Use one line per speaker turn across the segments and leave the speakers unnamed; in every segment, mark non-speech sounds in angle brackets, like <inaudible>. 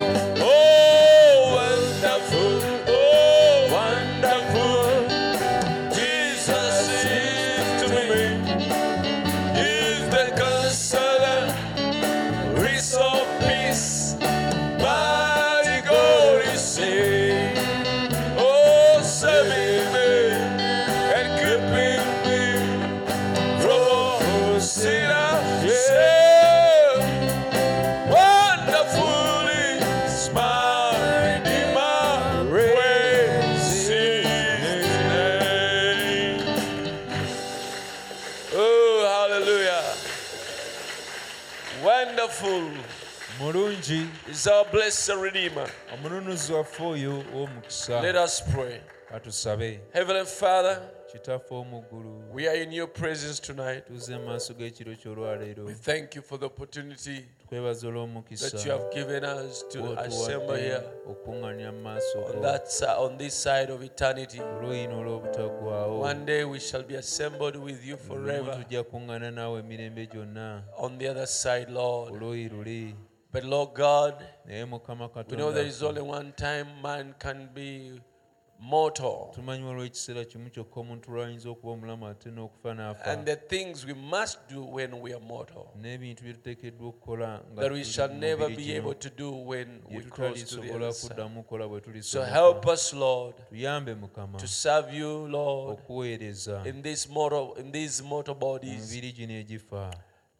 Oh, Oh, Oh, is our blessed Redeemer.
omununuzi waffe oyo ow'omukisa
Let us pray.
katusabe
Heavenly Father,
kitaffe omuggulu
we are in your presence tonight.
tuze mu maaso g'ekiro ky'olwaleero
We thank you for the opportunity
twebaza olw'omukisa
that you have given us to assemble
gw'otuwadde
here
okukuŋŋaanira mu maaso
on
go
that si- on this side of eternity.
oluyina olw'obutagwawo
One day we shall be assembled with you
olumu
forever
tujja kuŋŋaana naawe emirembe gyonna
on the other side, Lord.
oluuyi luli
But Lord God,
naye mukama
we know there
katonda
is only one time man can be mortal.
tumanyi olw'ekiseera kimu kyokka omuntu lwayinza okuba omulamu ate n'okufa n'afa
And the things we must do when we are mortal
n'ebintu bye tuteekeddwa okukola nga
that we
tuli
shall
mu
never
mubiri
be
gino,
able to do when
bye
we cross to the
tutalisobola
other side.
kuddamu kukola bwe
So
tulisobola
help us, Lord,
tuyambe mukama
to serve you, Lord,
okuweereza
in this mortal in these mortal
mu
bodies
mibiri gino egifa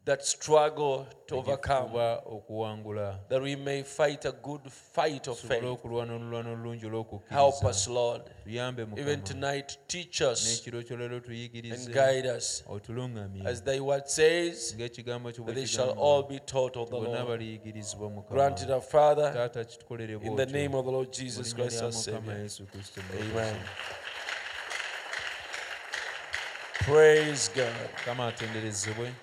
that struggle to overcome,
egikuba okuwangula
that we may fight a good fight of
tusobole
faith.
okulwana olulwana olulungi
Help
olw'okukkiriza
us, Lord.
tuyambe
Even
mukama
tonight, teach us
n'ekiro kyolero
and
tuyigirize
guide us.
otulungamye
As thy word says,
ng'ekigambo kyo
that
bwe
they shall
kigamba,
all be taught of the
bonna
Lord.
baliyigirizibwa mukama
Grant it, our Father,
taata kitukolere
in the name
bwotyo
of the Lord Jesus
Mu linnya
Christ,
lya
our
mukama
Savior.
yesu kristo
Amen.
Amen.
Praise God.
mukama atenderezebwe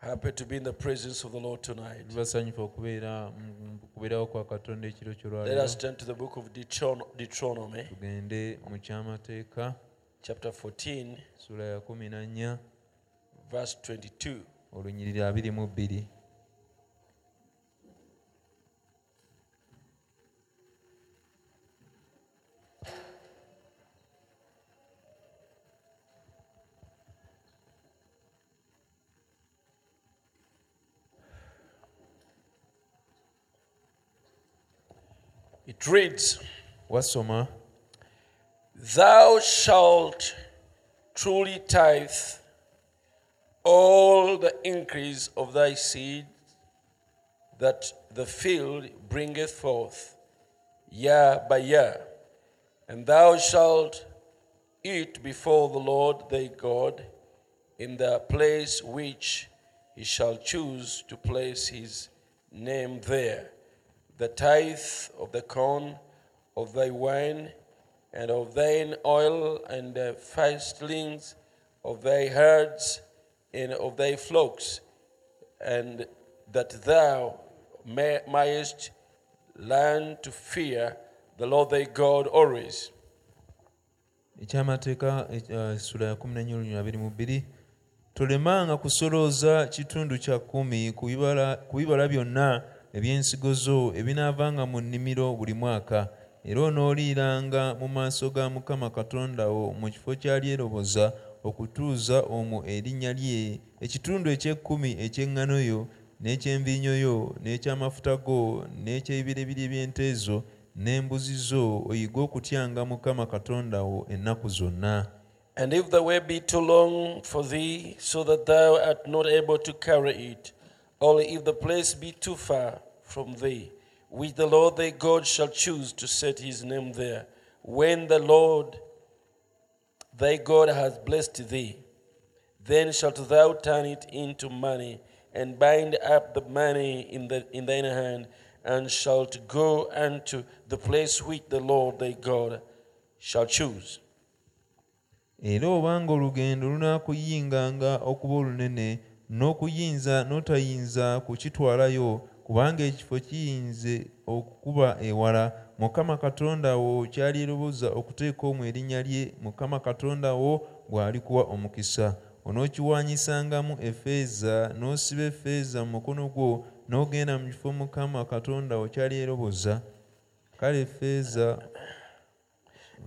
Happy to be in the presence of the Lord tonight.
tubasanyufu okubeera mu kubeerawo kwa katonda ekiro
Let us
kyolwaleero
turn to the book of Deuteron- Deuteronomy,
tugende mu kyamateeka
chapter 14,
sula ya 14
verse 22.
olunyiriri 22
It reads,
wasoma
Thou shalt truly tithe all the increase of thy seed that the field bringeth forth year by year, and thou shalt eat before the Lord thy God in the place which he shall choose to place his name there. The tithe of the corn, of thy wine, and of thine oil, and the firstlings of thy herds, and of thy flocks, and that thou may- mayest learn to fear the Lord thy God always.
ekyamateeka eh, ah, essula ya 14 olunyiriri 22 tolemanga kusolooza kitundu kya kkumi ku bibala- ku bibala byonna eby'ensigo zo ebinaavanga mu nnimiro buli mwaka era onooliiranga mu maaso ga mukama katonda wo mu kifo kyalyeroboza okutuuza omwo erinnya lye ekitundu eky'ekkumi eky'eŋŋano yo n'eky'envinnyo yo n'eky'amafuta go n'eky'ebiribiri by'ente zo n'embuzi zo oyige okutyanga mukama katonda wo ennaku zonna
And if the way be too long for thee, so that thou art not able to carry it, or if the place be too far from thee, which the Lord thy God shall choose to set his name there, when the Lord thy God hath blessed thee, then shalt thou turn it into money, and bind up the money in, the, in thine hand, and shalt go unto the place which the Lord thy God shall choose.
era obanga olugendo lunaakuyinganga okuba olunene n'okuyinza n'otayinza kukitwalayo kubanga ekifo kiyinze okukuba ewala mukama katonda wo kyalyeroboza okuteeka omwo erinnya lye mukama katonda wo gw'alikuwa omukisa onookiwaanyisangamu effeeza n'osiba effeeza mu mukono gwo n'ogenda mu kifo mukama katonda wo kyalyeroboza kale effeeza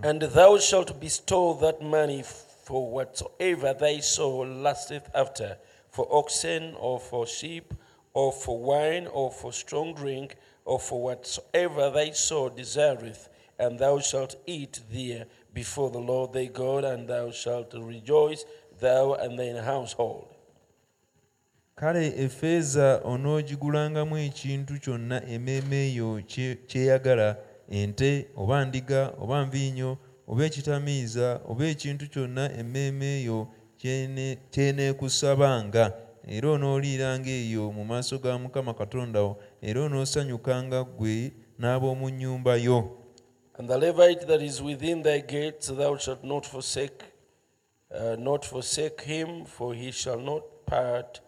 And thou shalt bestow that money for whatsoever thy soul lusteth after, for oxen, or for sheep, or for wine, or for strong drink, or for whatsoever thy soul desireth, and thou shalt eat there before the Lord thy God, and thou shalt rejoice, thou and thine household.
kale effeeza onoogigulangamu ekintu kyonna emmeeme eyo kye- kyeyagala ente oba ndiga oba nviinyo oba ekitamiiza oba ekintu kyonna emmeeme eyo kyene- kyeneekusabanga era onooliiranga eyo mu maaso ga mukama katonda wo era onoosanyukanga ggwe n'ab'omu nnyumba yo
And the Levite that is within thy gates thou shalt not forsake, uh, not forsake him, for he shall not part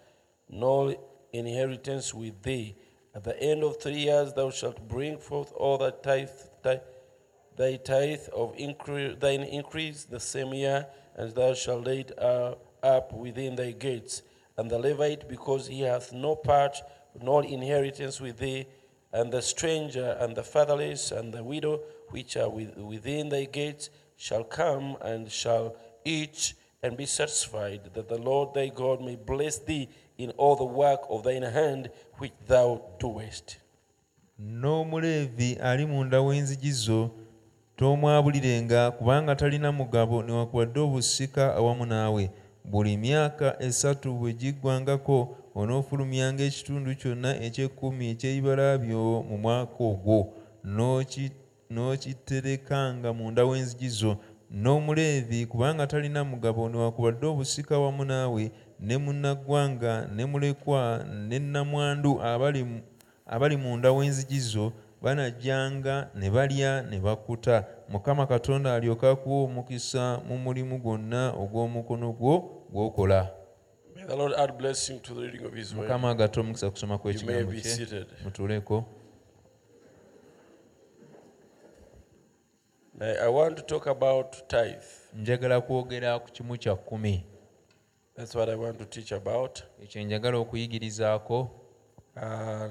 nor inheritance with thee. At the end of three years thou shalt bring forth all thy tithe, thy, thy tithe of incre- thine increase the same year, and thou shalt lay it uh, up within thy gates. And the Levite, because he hath no part nor inheritance with thee, and the stranger and the fatherless and the widow which are with, within thy gates shall come and shall eat and be satisfied, that the Lord thy God may bless thee in all the work of thine hand which thou doest.
n'omuleevi ali munda w'enzigi zo toomwabulirenga kubanga talina mugabo newankubadde obusika awamu naawe buli myaka esatu bwe giggwangako onoofulumyanga ekitundu kyonna eky'ekkumi eky'ebibala byo mu mwaka ogwo n'oki- n'okiterekanga munda w'enzigi zo n'omuleevi kubanga talina mugabo newankubadde obusika wamu naawe ne munnaggwanga ne mulekwa ne nnamwandu abali mu- abali munda w'enzigi zo banajjanga ne balya ne bakuta mukama katonda alyoke akuwa omukisa mu mulimu gwonna ogw'omukono gwo gw'okola
May the Lord add blessing to the reading of his word.
mukama agatta omukisa kusoma
You may
kw'ekigambo
be
kye
seated.
mutuuleko
I I want to talk about tithe.
njagala kwogera ku kimu kya kkumi
That's what I want to teach about.
ekyo njagala okuyigirizaako
Uh,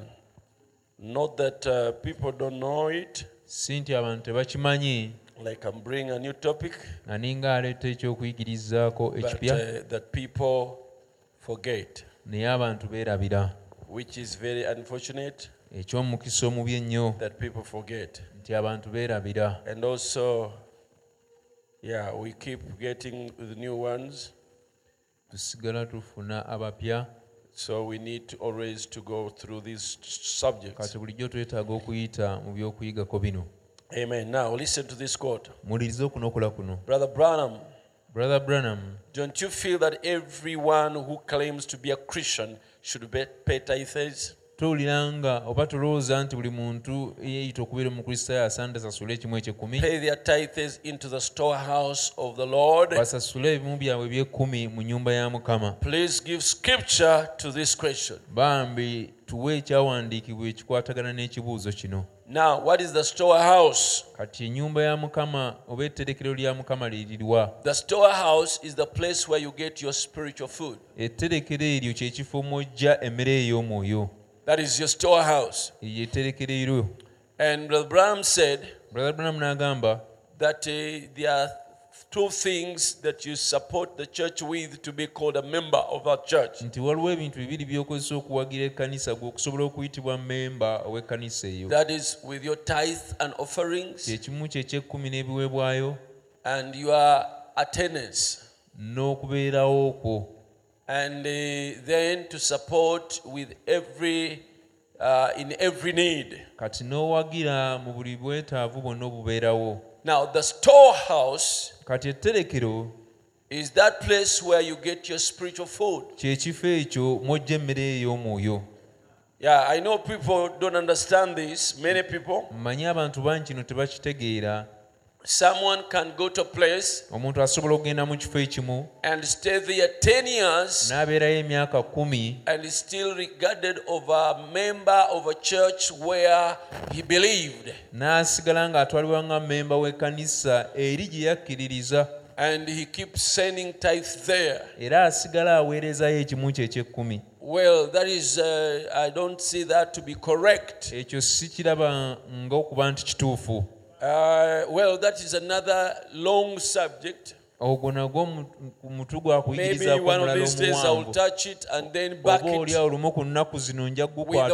not that uh, people don't know it,
si nti abantu tebakimanyi
like I'm bringing a new topic,
nga ninga aleeta ekyokuyigirizaako
but
ekipya
uh, that people forget,
naye abantu beerabira
which is very unfortunate
eky'omukisa omubi ennyo
that people forget.
nti abantu beerabira
And also, yeah, we keep getting the new ones,
tusigala tufuna abapya
so we need to always to go through these s-
kati
subjects.
bulijjo twetaaga okuyita mu byokuyigako bino
Amen. Now listen to this quote,
mulirize okunokola kuno
Brother Branham.
brother branham
Don't you feel that everyone who claims to be a Christian should be- pay tithes?
towulira nga oba tolowooza nti buli muntu yeeyita okubeera omukristaayo asande asasule ekimu ekyekumi
pay their tithes into the storehouse of the Lord.
basasule ebimu byabwe eby'ekkumi mu nnyumba ya mukama
Please give scripture to this question.
bambi tuwe ekyawandiikibwa ekikwatagana n'ekibuuzo kino
Now, what is the storehouse?
kati ennyumba ya mukama oba etterekero lya mukama lirirwa
The storehouse is the place where you get your spiritual food.
etterekero eryo kyekifo mwojja emmere ey'omwoyo
That is your storehouse.
eryo etterekero eryo
And Brother Branham said
brother branham n'agamba
that uh, there are two things that you support the church with to be called a member of that church.
nti waliwo ebintu bibiri by'okozesa okuwagira ekkanisa gwe okusobola okuyitibwa memba ow'ekkanisa eyo
That is with your tithes and offerings
kyekimu kye ky'ekkumi n'ebiweebwayo
and your attendance.
n'okubeerawo okwo
and uh, then to support with every uh, in every need
kati n'owagira mu buli bwetaavu bwonna obubeerawo
now the storehouse
kati etterekero
is that place where you get your spiritual food
kyekifo ekyo mw'ojja emmere ey'omwoyo
yeah i know people don't understand this many people
mmanyi abantu bangi kino tebakitegeera
someone can go to a place
omuntu asobola okugenda mu kifo ekimu
and stay there 10 years
n'abeerayo emyaka kkumi
and is still regarded of a member of a church where he believed
n'asigala ng'atwalibwa nga memba w'ekkanisa eri gye yakkiririza
and he keeps sending tithes there
era asigala aweerezayo ekimu kye eky'ekkumi
Well, that is, uh, I don't see that to be correct.
ekyo sikiraba ng'okuba nti kituufu
Uh, well, that is another long subject.
ogwo nagwo mu- ku mutu gwa
Maybe
kuyigirizaako
one of
omulala
these days I'll
omuwanvu
touch it and then back
oba
it
oliawo lumu ku nnaku zino nja
with the word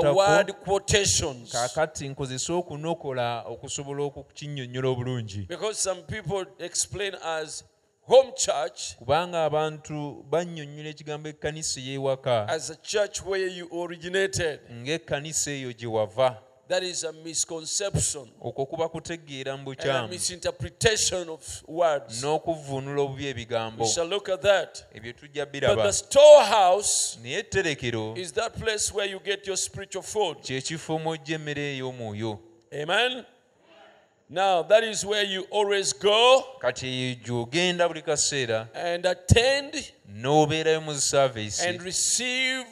gukwatako
quotations.
kaakati nkozesa okunokola okusobola okukinnyonnyola obulungi
Because some people explain as home church
kubanga abantu bannyonnyola ekigambo ekkanisa ey'ewaka
as a church where you originated.
ng'ekkanisa eyo gye wava
That is a misconception
okwo kuba kutegeera mu
and a
bukyamu
misinterpretation of words.
n'okuvvuunula obubi ebigambo
We shall look at that.
ebyo tujja
But
biraba
the storehouse
naye etterekero
is that place where you get your spiritual food.
kye kifo mw'ojja emmere ey'omwoyo
Amen. Now that is where you always go
kati eyo gy'ogenda buli kaseera
and attend
n'obeerayo mu saaviisi
and receive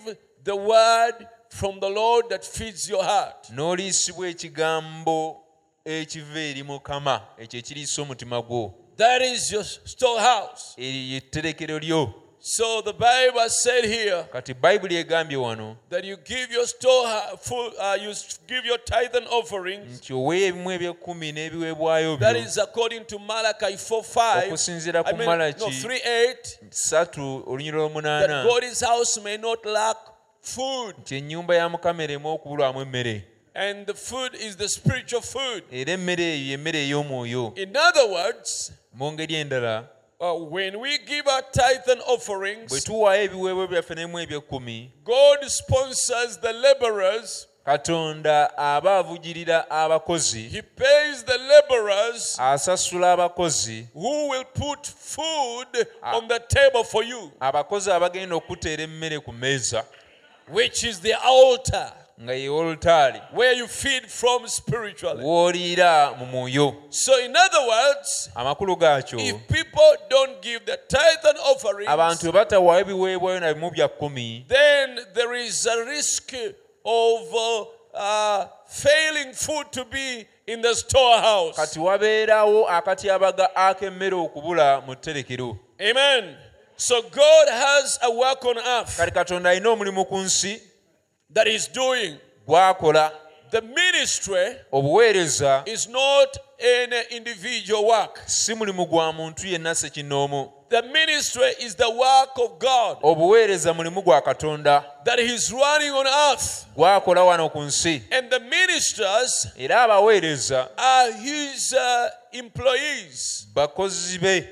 the word from the Lord that feeds your heart.
n'oliisibwa ekigambo ekiva eri mukama ekyo ekiriisa omutima gwo
That is your storehouse.
eryo yetterekero lyo
So the Bible said here
kati bayibuli egambye wano
that you give your store full, uh, you give your tithe and offerings.
nti oweeyo ebimu eby'ekkumi n'ebiweebwayo
That
byo
is according to Malachi 4 5.
Okusinziira ku
I mean, no,
Malaki.
3 8.
ssatu olunyira
That
lw'omunaana
God's house may not lack food.
nti ennyumba ya mukama ereme okubulwamu emmere
And the food is the spiritual food.
era emmere eyo yemmere ey'omwoyo
In other words,
mu ngeri endala
uh, when we give our tithe and
bwe
offerings,
tuwaayo ebiweebwa byaffe n'emu eby'ekkumi
God sponsors the laborers.
katonda aba avujirira abakozi
He pays the laborers
asasula abakozi
who will put food on the table for you,
abakozi abagenda okuteera emmere ku mmeeza
which is the altar
nga ye olutaali
where you feed from spiritually.
w'oliira mu mwoyo
So, in other words,
amakulu gaakyo
if people don't give the tithe and
abantu
offerings,
bwe batawaayo biweebwayo na bimu bya kkumi
then there is a risk of uh, uh, failing food to be in the storehouse.
kati wabeerawo akatyabaga ak'emmere okubula mu tterekero
Amen. So God has a work on earth
kati katonda alina omulimu ku nsi
that He's doing.
gwakola
The ministry
obuweereza
is not an individual work.
si mulimu gwa muntu yenna sekinoomu
The ministry is the work of God
obuweereza mulimu gwa katonda
that He's running on earth.
gwakola wano ku nsi
And the ministers
era abaweereza
are His uh, employees.
bakozi be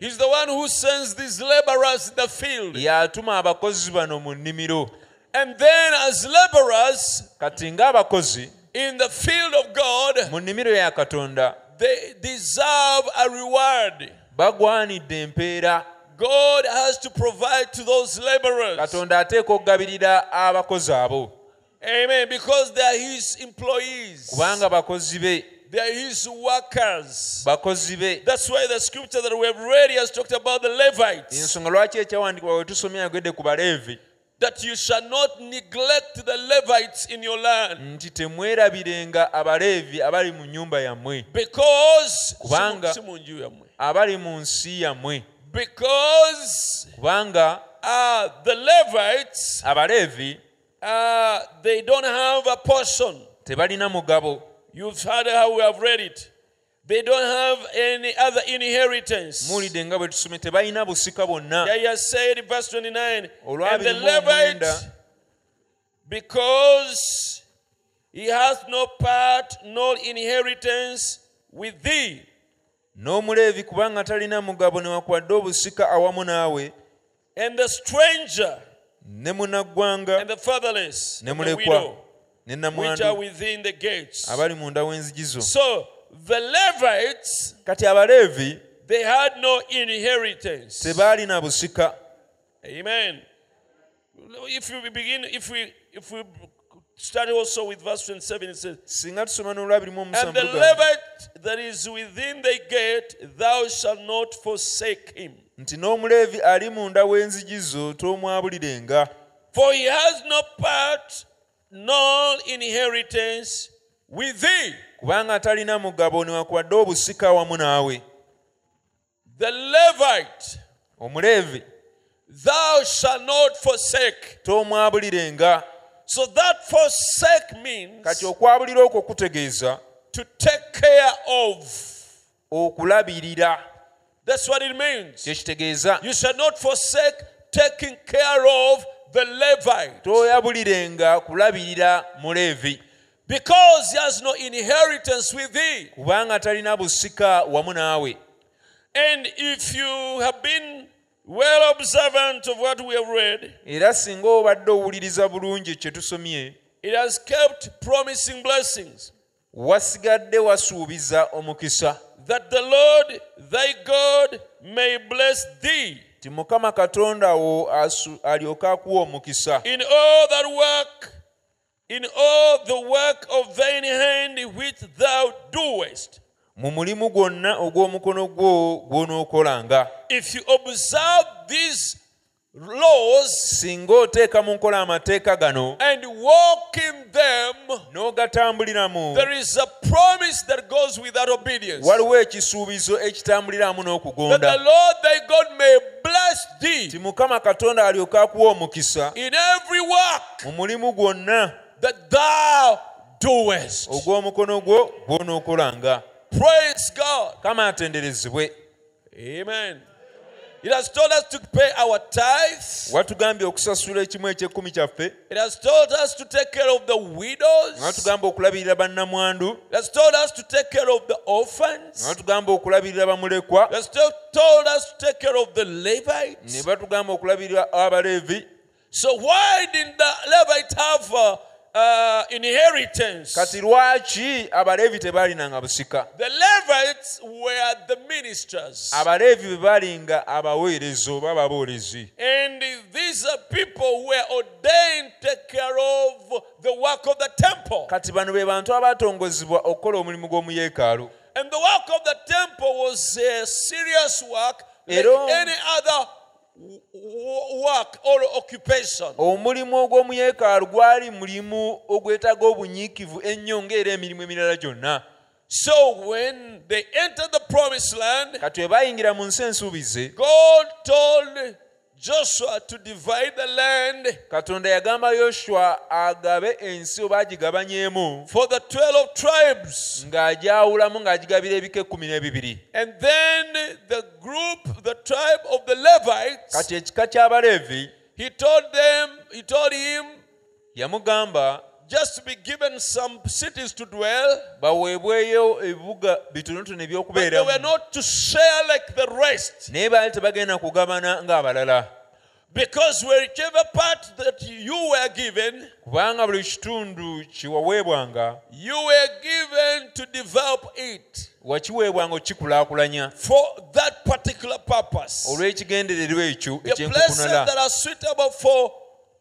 He's the one who sends these laborers in the field.
yatuma abakozi bano mu nnimiro
And then, as laborers
kati ng'abakozi
in the field of God,
mu nnimiro ya katonda
they deserve a reward.
bagwanidde empeera
God has to provide to those laborers.
katonda ateeka okugabirira abakozi abo
Amen. Because they are His employees,
kubanga bakozi be
they are His workers.
bakozi be
That's why the scripture that we have read has talked about the Levites.
ensonga lwaki ekyawandiikibwa we tusomye yagedde ku baleevi
That you shall not neglect the Levites in your land.
nti temwerabirenga abaleevi abali mu nnyumba yammwe
Because,
Kubanga-
Simunjuyamwe.
abali mu nsi yammwe
because
kubanga
uh, the Levites,
abaleevi
uh, they don't have a portion.
tebalina mugabo
You've heard how we have read it. They don't have any other inheritance.
muwulidde nga bwe tusomye tebalina busika bwonna
Yeah, he has said, verse 29, and the
Olwabirimu omwenda.
Levite, because he hath no part nor inheritance with thee,
n'omuleevi kubanga talina mugabo newakuwadde obusika awamu naawe
and the stranger,
ne munaggwanga
and the fatherless,
ne
and the
mulekwa
widow,
ne
which are
namwandu
within the gates.
abali munda w'enzigi zo
So the Levites,
kati abaleevi
they had no inheritance.
tebaali na busika
Amen. If you begin, if we if we start also with verse 27, it says,
singa tusoma n'olwabirimu
And the
omusanvu lugamba
Levite that is within the gate, thou shalt not forsake him.
nti n'omuleevi ali munda w'enzigi zo tomwabulirenga
For he has no part, nor inheritance with thee.
kubanga talina mugabo newakuwadde obusika awamu naawe
The Levite,
omuleevi
thou shalt not forsake.
tomwabulirenga
So that forsake means
kati okwabulira okwo kutegeeza
to take care of.
okulabirira
That's what it means.
kye kitegeeza
You shall not forsake taking care of the Levite
toyabulirenga kulabirira muleevi
because he has no inheritance with thee.
kubanga talina busika wamu naawe
And if you have been well observant of what we have read,
era singa obadde owuliriza bulungi kye tusomye
It has kept promising blessings
wasigadde wasuubiza omukisa
that the Lord thy God may bless thee
ti mukama katonda wo asu- alyoke akuwa omukisa
in all that work, in all the work of thine hand which thou doest.
mu mulimu gwonna ogw'omukono gwo gw'onookolanga
If you observe these laws
singa oteeka mu nkola amateeka gano
and walk in them,
n'ogatambuliramu
there is a promise that goes with that obedience.
waliwo ekisuubizo
That
ekitambuliramu
the
n'okugonda
Lord thy God may bless
ti
thee
mukama katonda alyoke akuwa omukisa
in every work
mu mulimu gwonna
that thou doest.
Oh, ogw'omukono gwo gw'onookolanga
Praise God.
kama atenderezebwe
Amen. It has told us to pay our tithes.
watugambye okusasula ekimu eky'ekkumi kyaffe
It has told us to take care of the widows.
watugamba okulabirira bannamwandu
It has told us to take care of the orphans.
batugamba okulabirira bamulekwa
It has still told us to take care of the
ne
Levites.
batugamba okulabirira abaleevi
So why didn't the Levites have uh, uh, inheritance?
kati lwaki abaleevi tebaalinanga busika
The Levites were the ministers.
abaleevi be baalinga abaweereza oba ababoolezi
And these are people who were ordained to take care of the work of the temple.
kati bano be bantu abaatongozebwa okukola omulimu gw'omuyeekaalu
And the work of the temple was a serious work, like
It all-
any other w- w- work or occupation.
omulimu ogw'omuyeekaalu gwali mulimu ogwetaaga obunyiikivu ennyo ng'era emirimu emirala gyonna
So when they entered the promised land,
kati bwe baayingira mu nsi ensuubize
God told Joshua to divide the land
katonda yagamba yoswa agabe ensi oba agigabanyeemu
for the 12 tribes.
ng'agyawulamu ng'agigabira ebika ekkumi n'ebibiri
And then the group, the tribe of the Levites,
kati ekika ky'abaleevi
he told them, he told him,
yamugamba
just to be given some cities to dwell.
baweebweyo ebibuga bitonotono
But they were
ebyokubeeramu
not to share like the rest.
naye baali tebagenda kugabana ng'abalala
Because whichever part that you were given,
kubanga buli kitundu kiwaweebwanga
you were given to develop it
wakiweebwanga okukikulaakulanya
for that particular purpose.
olw'ekigendererwa ekyo
The places that
ekyenkukunala
are suitable for,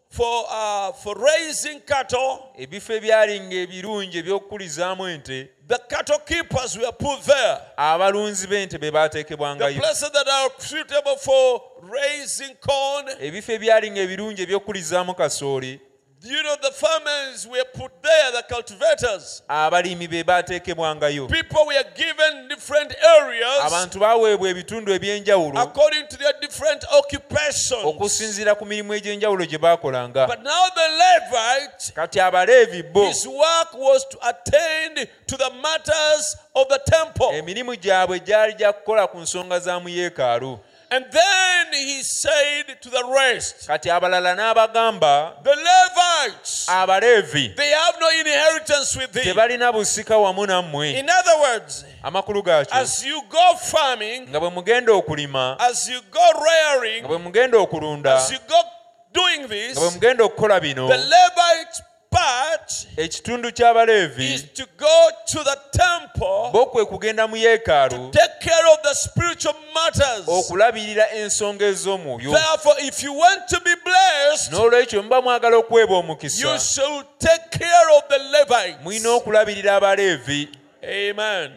for, uh, for raising cattle,
ebifo ebyalinga ebirungi eby'okukulizaamu ente
the cattle keepers were put there.
abalunzi b'ente be
The
baateekebwangayo
places that are suitable for raising corn,
ebifo ebyalinga ebirungi eby'okukulizaamu kasooli
you know, the farmers were put there, the cultivators.
abalimi be baateekebwangayo
People were given different areas
abantu baaweebwa ebitundu eby'enjawulo
according to their different occupations.
okusinziira ku mirimu egy'enjawulo gye baakolanga
But now the Levite,
kati abaleevi bo
his work was to attend to the matters of the temple.
emirimu gyabwe gyali gya kukola ku nsonga za mu yeekaalu
And then he said to the rest,
kati abalala n'abagamba
The Levites,
abaleevi
they have no inheritance with thee.
tebalina busika wamu nammwe
In other words,
amakulu gaakyo
as you go farming,
nga bwe mugenda okulima
as you go
nga
rearing,
bwe mugenda okulunda
as you go doing
nga bwe
this,
mugenda okukola bino
the Levite part
ekitundu
is
ky'abaleevi
to go to the temple
bo kwe kugenda mu
to
yeekaalu
take care of the spiritual matters.
okulabirira ensonga ez'omwoyo
Therefore, if you want to be blessed,
n'olwekyo muba mwagala okwebwa
you
omukisa
should take care of the
mulina
Levites.
okulabirira abaleevi
Amen.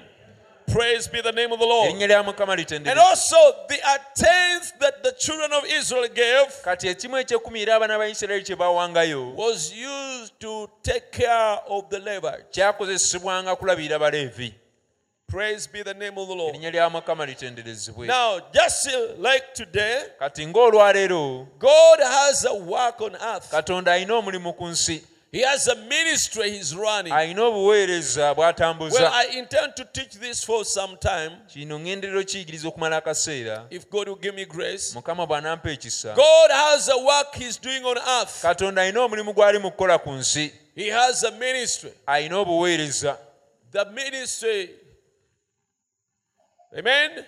Praise be the name of the Lord.
erinnya lya mukama
And
litendere
also the attendance that the children of Israel gave
kati ekimu ekyekumi era abaana ba isirayiri kye baawangayo
was used to take care of the Levites.
kyakozesebwanga kulabirira baleevi
Praise be the name of the Lord.
erinnya lya mukama litenderezebwe
Now, just uh, like today,
kati ng'olwaleero
God has a work on earth.
katonda alina omulimu ku nsi
He has a ministry he's running.
alina obuweereza
Well,
bw'atambuza
I intend to teach this for some time,
kino ŋŋenderera okiyigiriza okumala akaseera
if God will give me grace.
mukama bw'anampa ekisa
God has a work He's doing on earth.
katonda alina omulimu gw'ali mu kukola ku nsi
He has a ministry.
alina obuweereza
The ministry, amen.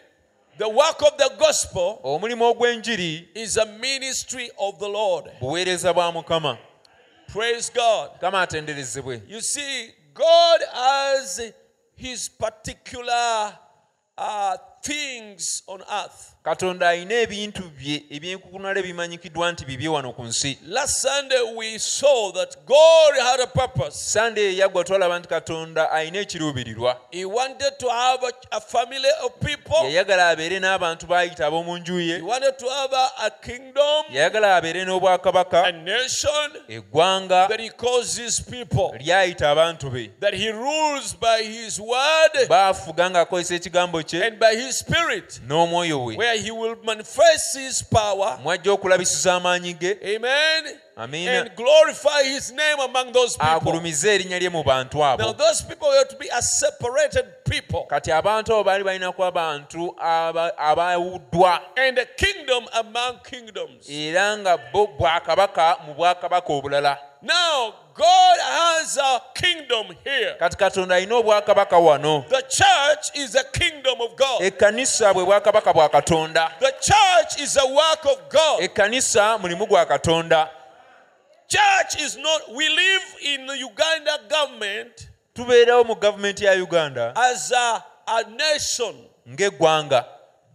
The work of the gospel
omulimu ogw'enjiri
is a ministry of the Lord.
buweereza bwa mukama
Praise God.
mukama atenderezebwe
You see, God has His particular uh, things on earth.
katonda alina ebintu bye ebyenkukunala ebimanyikiddwa nti bibye wano ku nsi
Last Sunday we saw that God had a purpose.
sande eyaggwa twalaba nti katonda alina ekiruubirirwa
He wanted to have a, a family of people.
yayagala abeere n'abantu baayita ab'omu nju ye
He wanted to have a, a kingdom,
yayagala abeere n'obwakabaka
a nation
eggwanga
that He calls His people.
lyayita abantu be
That He rules by His word
baafuga ng'akozesa ekigambo kye
and by His spirit,
n'omwoyo we
where He will manifest His power.
mwajja okulabisiza amaanyi ge
Mm. Amen. Ah,
amiina
and glorify his name among those people.
agulumize erinnya lye mu bantu abo
Now, those people were to be a separated people
kati abantu abo baali balina kuba bantu aba- abawuddwa
and a kingdom among kingdoms.
era nga bo bwakabaka mu bwakabaka obulala
Now, God has a kingdom here.
kati katonda alina obwakabaka wano
The church is a kingdom of God,
ekkanisa bwe bwakabaka bwa katonda
the church is a work of God.
ekkanisa mulimu gwa katonda
Church is not, we live in the Uganda government
tubeerawo mu gavumenti ya uganda
as a, a nation,
ng'eggwanga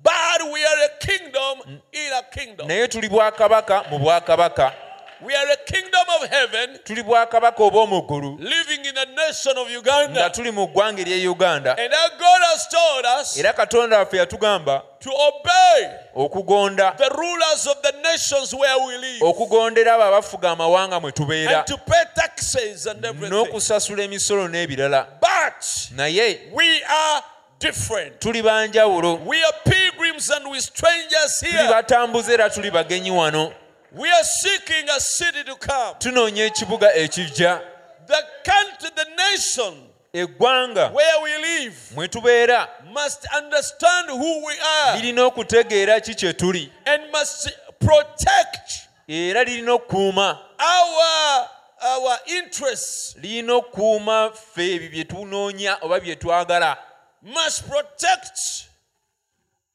but we are a kingdom in a kingdom.
naye tuli bwakabaka mu bwakabaka
We are a kingdom of heaven
tuli bwakabaka obw'omuggulu
living in the nation of
nga
Uganda.
tuli mu ggwanga erye uganda
And our God has told us
era katonda waffe yatugamba
to obey
okugonda
the rulers of the nations where we live
okugondera abo abafuga amawanga mwe tubeera
and to pay taxes and everything.
n'okusasula emisolo n'ebirala
But
naye
we are different.
tuli banjawulo
We are pilgrims and we strangers
tuli
here.
batambuze era tuli bagenyi wano
We are seeking a city to come.
tunoonya ekibuga ekijja
The country, the nation
eggwanga
where we live
mwe tubeera
must understand who we are
lirina okutegeera ki kye tuli
and must protect
era lirina okukuuma
our, our interests.
lirina okukuuma ffe ebyo bye tunoonya oba bye twagala
must protect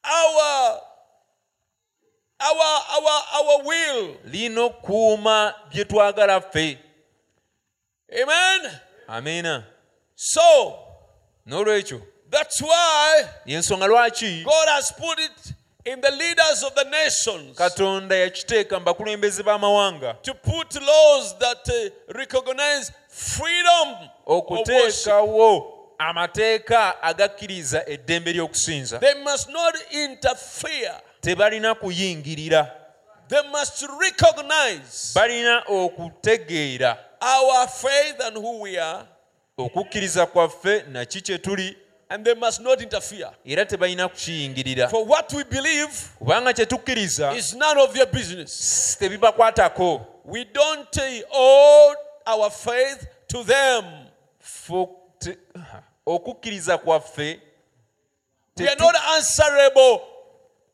our our our our will
lirina okukuuma bye twagala ffe
amen
amiina
so
n'olwekyo
that's why
yensonga lwaki
god has put it in the leaders of the nations
katonda yakiteeka mu bakulembeze b'amawanga
to put laws that uh, recognize freedom of worship.
okuteekawo amateeka agakkiriza eddembe ly'okusinza
they must not interfere
tebalina kuyingirira
they must recognize
balina okutegeera
our faith and who we are
okukkiriza kwaffe naki kye tuli
and they must not interfere
era tebalina kukiyingirira
for what we believe
kubanga kye tukkiriza
It's none of your business.
s- tebibakwatako
We don't uh, owe our faith to them.
Ffe te- okukkiriza kwaffe
We are not answerable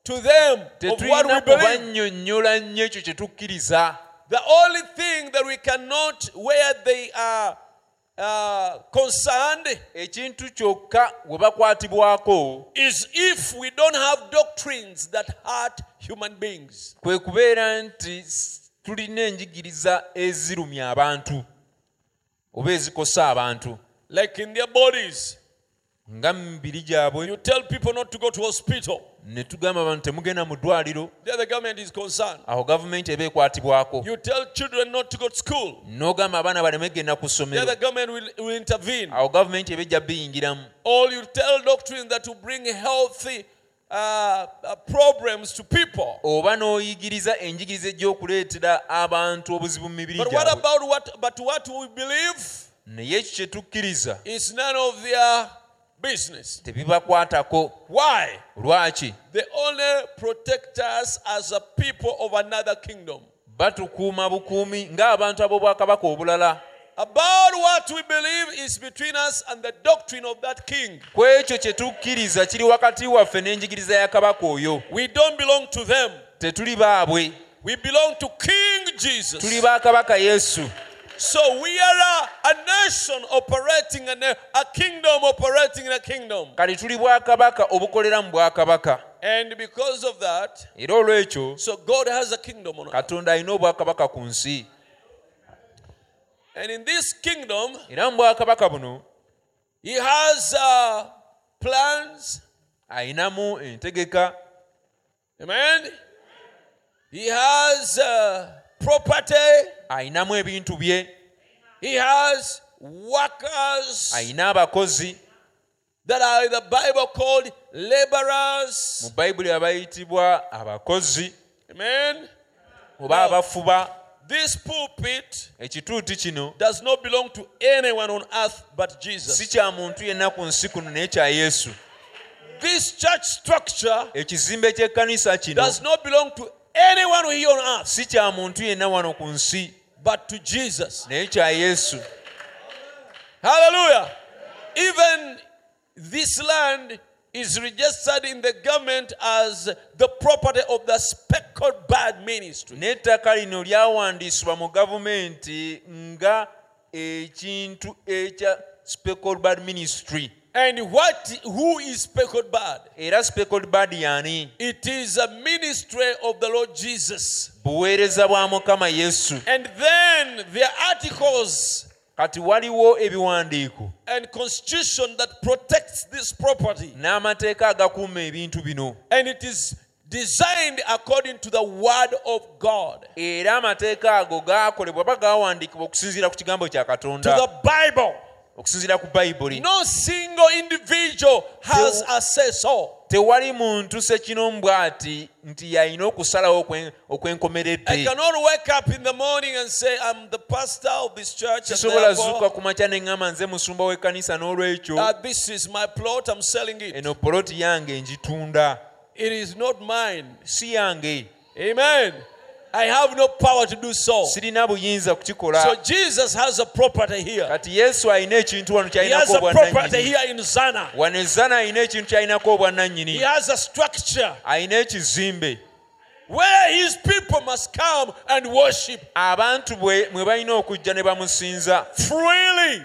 to them of what
tetulina
we believe.
kubannyonnyola nnyo ekyo kye tukkiriza
The only thing that we cannot, where they are uh, concerned,
ekintu kyokka we bakwatibwako
is if we don't have doctrines that hurt human beings.
kwe kubeera nti s- tulina enjigiriza ezirumya abantu oba ezikosa abantu
Like in their bodies,
nga mu mibiri
you
gyabwe
tell people not to go to hospital.
ne tugamba abantu temugenda mu ddwaliro
There the government is concerned.
awo gavumenti eba ekwatibwako
You tell children not to go to school.
n'ogamba abaana baleme genda ku
There
ssomero
the government will, will intervene.
awo gavumenti eba ejja biyingiramu
or you tell doctrine that will bring healthy uh, uh, problems to people.
oba n'oyigiriza enjigiriza egy'okuleetera abantu obuzibu mu mibiri
But what
gyabwe
about what? But what we believe
naye ekyo kye tukkiriza
is none of their business.
tebibakwatako
Why?
lwaki
They only protect us as a people of another kingdom.
batukuuma bukuumi ng'abantu ab'obwakabaka obulala
About what we believe is between us and the doctrine of that king.
ku ekyo kye tukkiriza kiri wakati waffe n'enjigiriza ya kabaka oyo
We don't belong to them.
tetuli baabwe
We belong to King Jesus.
tuli ba kabaka yesu
So we are a, a nation operating, in a, a kingdom operating in a kingdom.
kale tuli bwakabaka obukolera mu bwakabaka
And because of that,
era olwekyo
so God has a kingdom on earth.
katonda alina obwakabaka ku nsi
And in this kingdom,
era mu bwakabaka buno
he has uh, plans.
ayinamu entegeka
Amen. He has uh, property.
ayinamu ebintu bye
He has workers
ayina abakozi
that are in the Bible called
mu
laborers.
bayibuli abayitibwa abakozi
Amen.
oba abafuba
This pulpit
ekituuti kino
does not belong to anyone on earth but
si
Jesus.
kya muntu yenna ku nsi kuno naye kya yesu
This church structure
ekizimbe ky'ekkanisa kino
does not belong to anyone here on earth
si kya muntu yenna wano ku nsi
but to Jesus.
naye kya yesu
Hallelujah. Even this land is registered in the government as the property of the speckled bird ministry.
n'ettaka lino lyawandiisibwa mu gavumenti nga ekintu ekya speckled bird ministry
And what who is speckled bird?
era speckled bird yani
It is a ministry of the Lord Jesus.
buweereza bwa mukama yesu
And then there are articles
kati waliwo ebiwandiiko
and constitution that protects this property.
n'amateeka agakuuma ebintu bino
And it is designed according to the word of God.
era amateeka ago gaakolebwa oba gaawandiikibwa okusinziira ku kigambo kya
To
katonda
the Bible.
okusinziira ku bayibuli
No single individual has Oh,
Teo-
a say so.
tewali muntu sekinomu bw'ati nti yalina okusalawo okwen-
I
okwenkomeredde
cannot wake up in the morning and say, I'm the pastor of this church. And
sisobola zuuka
therefore,
ku makya ne ŋŋamba nze musumba w'ekkanisa n'olwekyo
uh, this is my plot, I'm selling it.
eno poloti yange ngitunda
It is not mine.
si yange
Amen. I have no power to do so.
sirina buyinza
So
kukikola
Jesus has a property here.
kati yesu alina ekintu wano
He has a
kyalinako
property
obwannannyini
here in Zana.
wano ezana alina ekintu kyalinako
He
obwannannyini
has a structure
alina ekizimbe
where his people must come and worship
abantu bwe mwe balina okujja ne bamusinza
freely.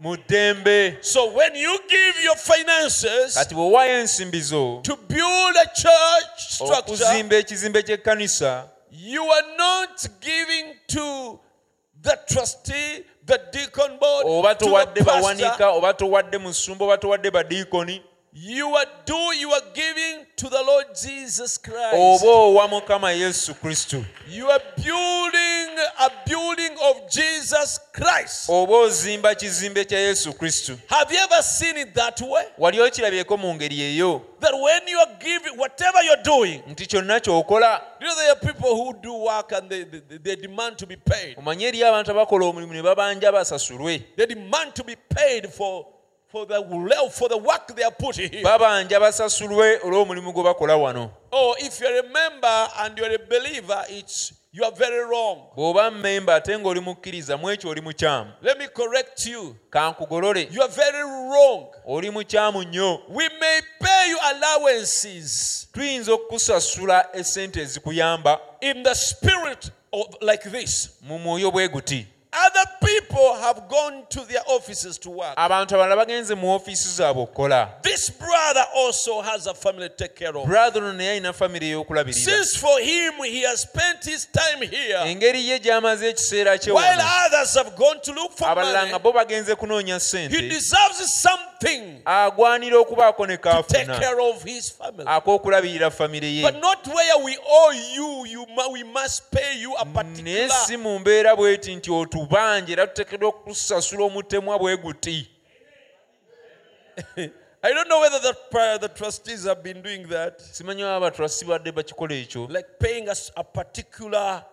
mu ddembe
So when you give your finances
kati bwewaayo ensimbi zo
to build a church
Oh,
structure,
okuzimba ekizimbe ky'ekkanisa
You are not giving to the trustee, the deacon board,
oba
to the
towadde bawanika
pastor.
oba towadde musumba oba towadde badiikoni
You are do you are giving to the Lord Jesus Christ.
oba owa mukama yesu kristo
You are building a building of Jesus Christ.
oba ozimba kizimbe kya yesu kristo
Have you ever seen it that way?
wali okirabyeko mu ngeri eyo
That when you are giving whatever you're doing,
nti kyonna kyokola
you know there are people who do work and they, they, they demand to be paid.
omanye eriyo abantu abakola omulimu ne babanja basasulwe
They demand to be paid for for the for the work they are putting here.
babanja basasulwe olw'omulimu gwe bakola wano
Oh, if you're a member and you're a believer, it's you are very wrong.
bw'oba mmemba ate ng'oli mukkiriza mu ekyo oli mukyamu
Let me correct you.
kankugolole
You are very wrong.
oli mukyamu nnyo
We may pay you allowances
tuyinza okukusasula essente ezikuyamba
in the spirit of like this.
mu mwoyo bwe guti
Other people have gone to their offices to work.
abantu abalala bagenze mu ofiisi zaabwe okukola
This brother also has a family to take care of.
brother ono naye alina famire ey'okulabirira
Since for him he has spent his time here,
<laughs> engeri ye gy'amaze ekiseera kye
while
wano
others have gone to look for
abalala nga
money,
bo bagenze kunoonya
he
ssente
deserves something
agwanira okubaako ne
to take
kaafuna
care of his family.
ak'okulabirira famire ye
But not where we owe you, you mu- we must pay you a
naye si
particular.
mu mbeera bw'eti nti otubanje era tuteekeddwa okusasula omutemwa bwe guti
I don't know whether the, pri- the trustees have been doing that,
simanyi baba abatrasi badde bakikola ekyo
like paying us a particular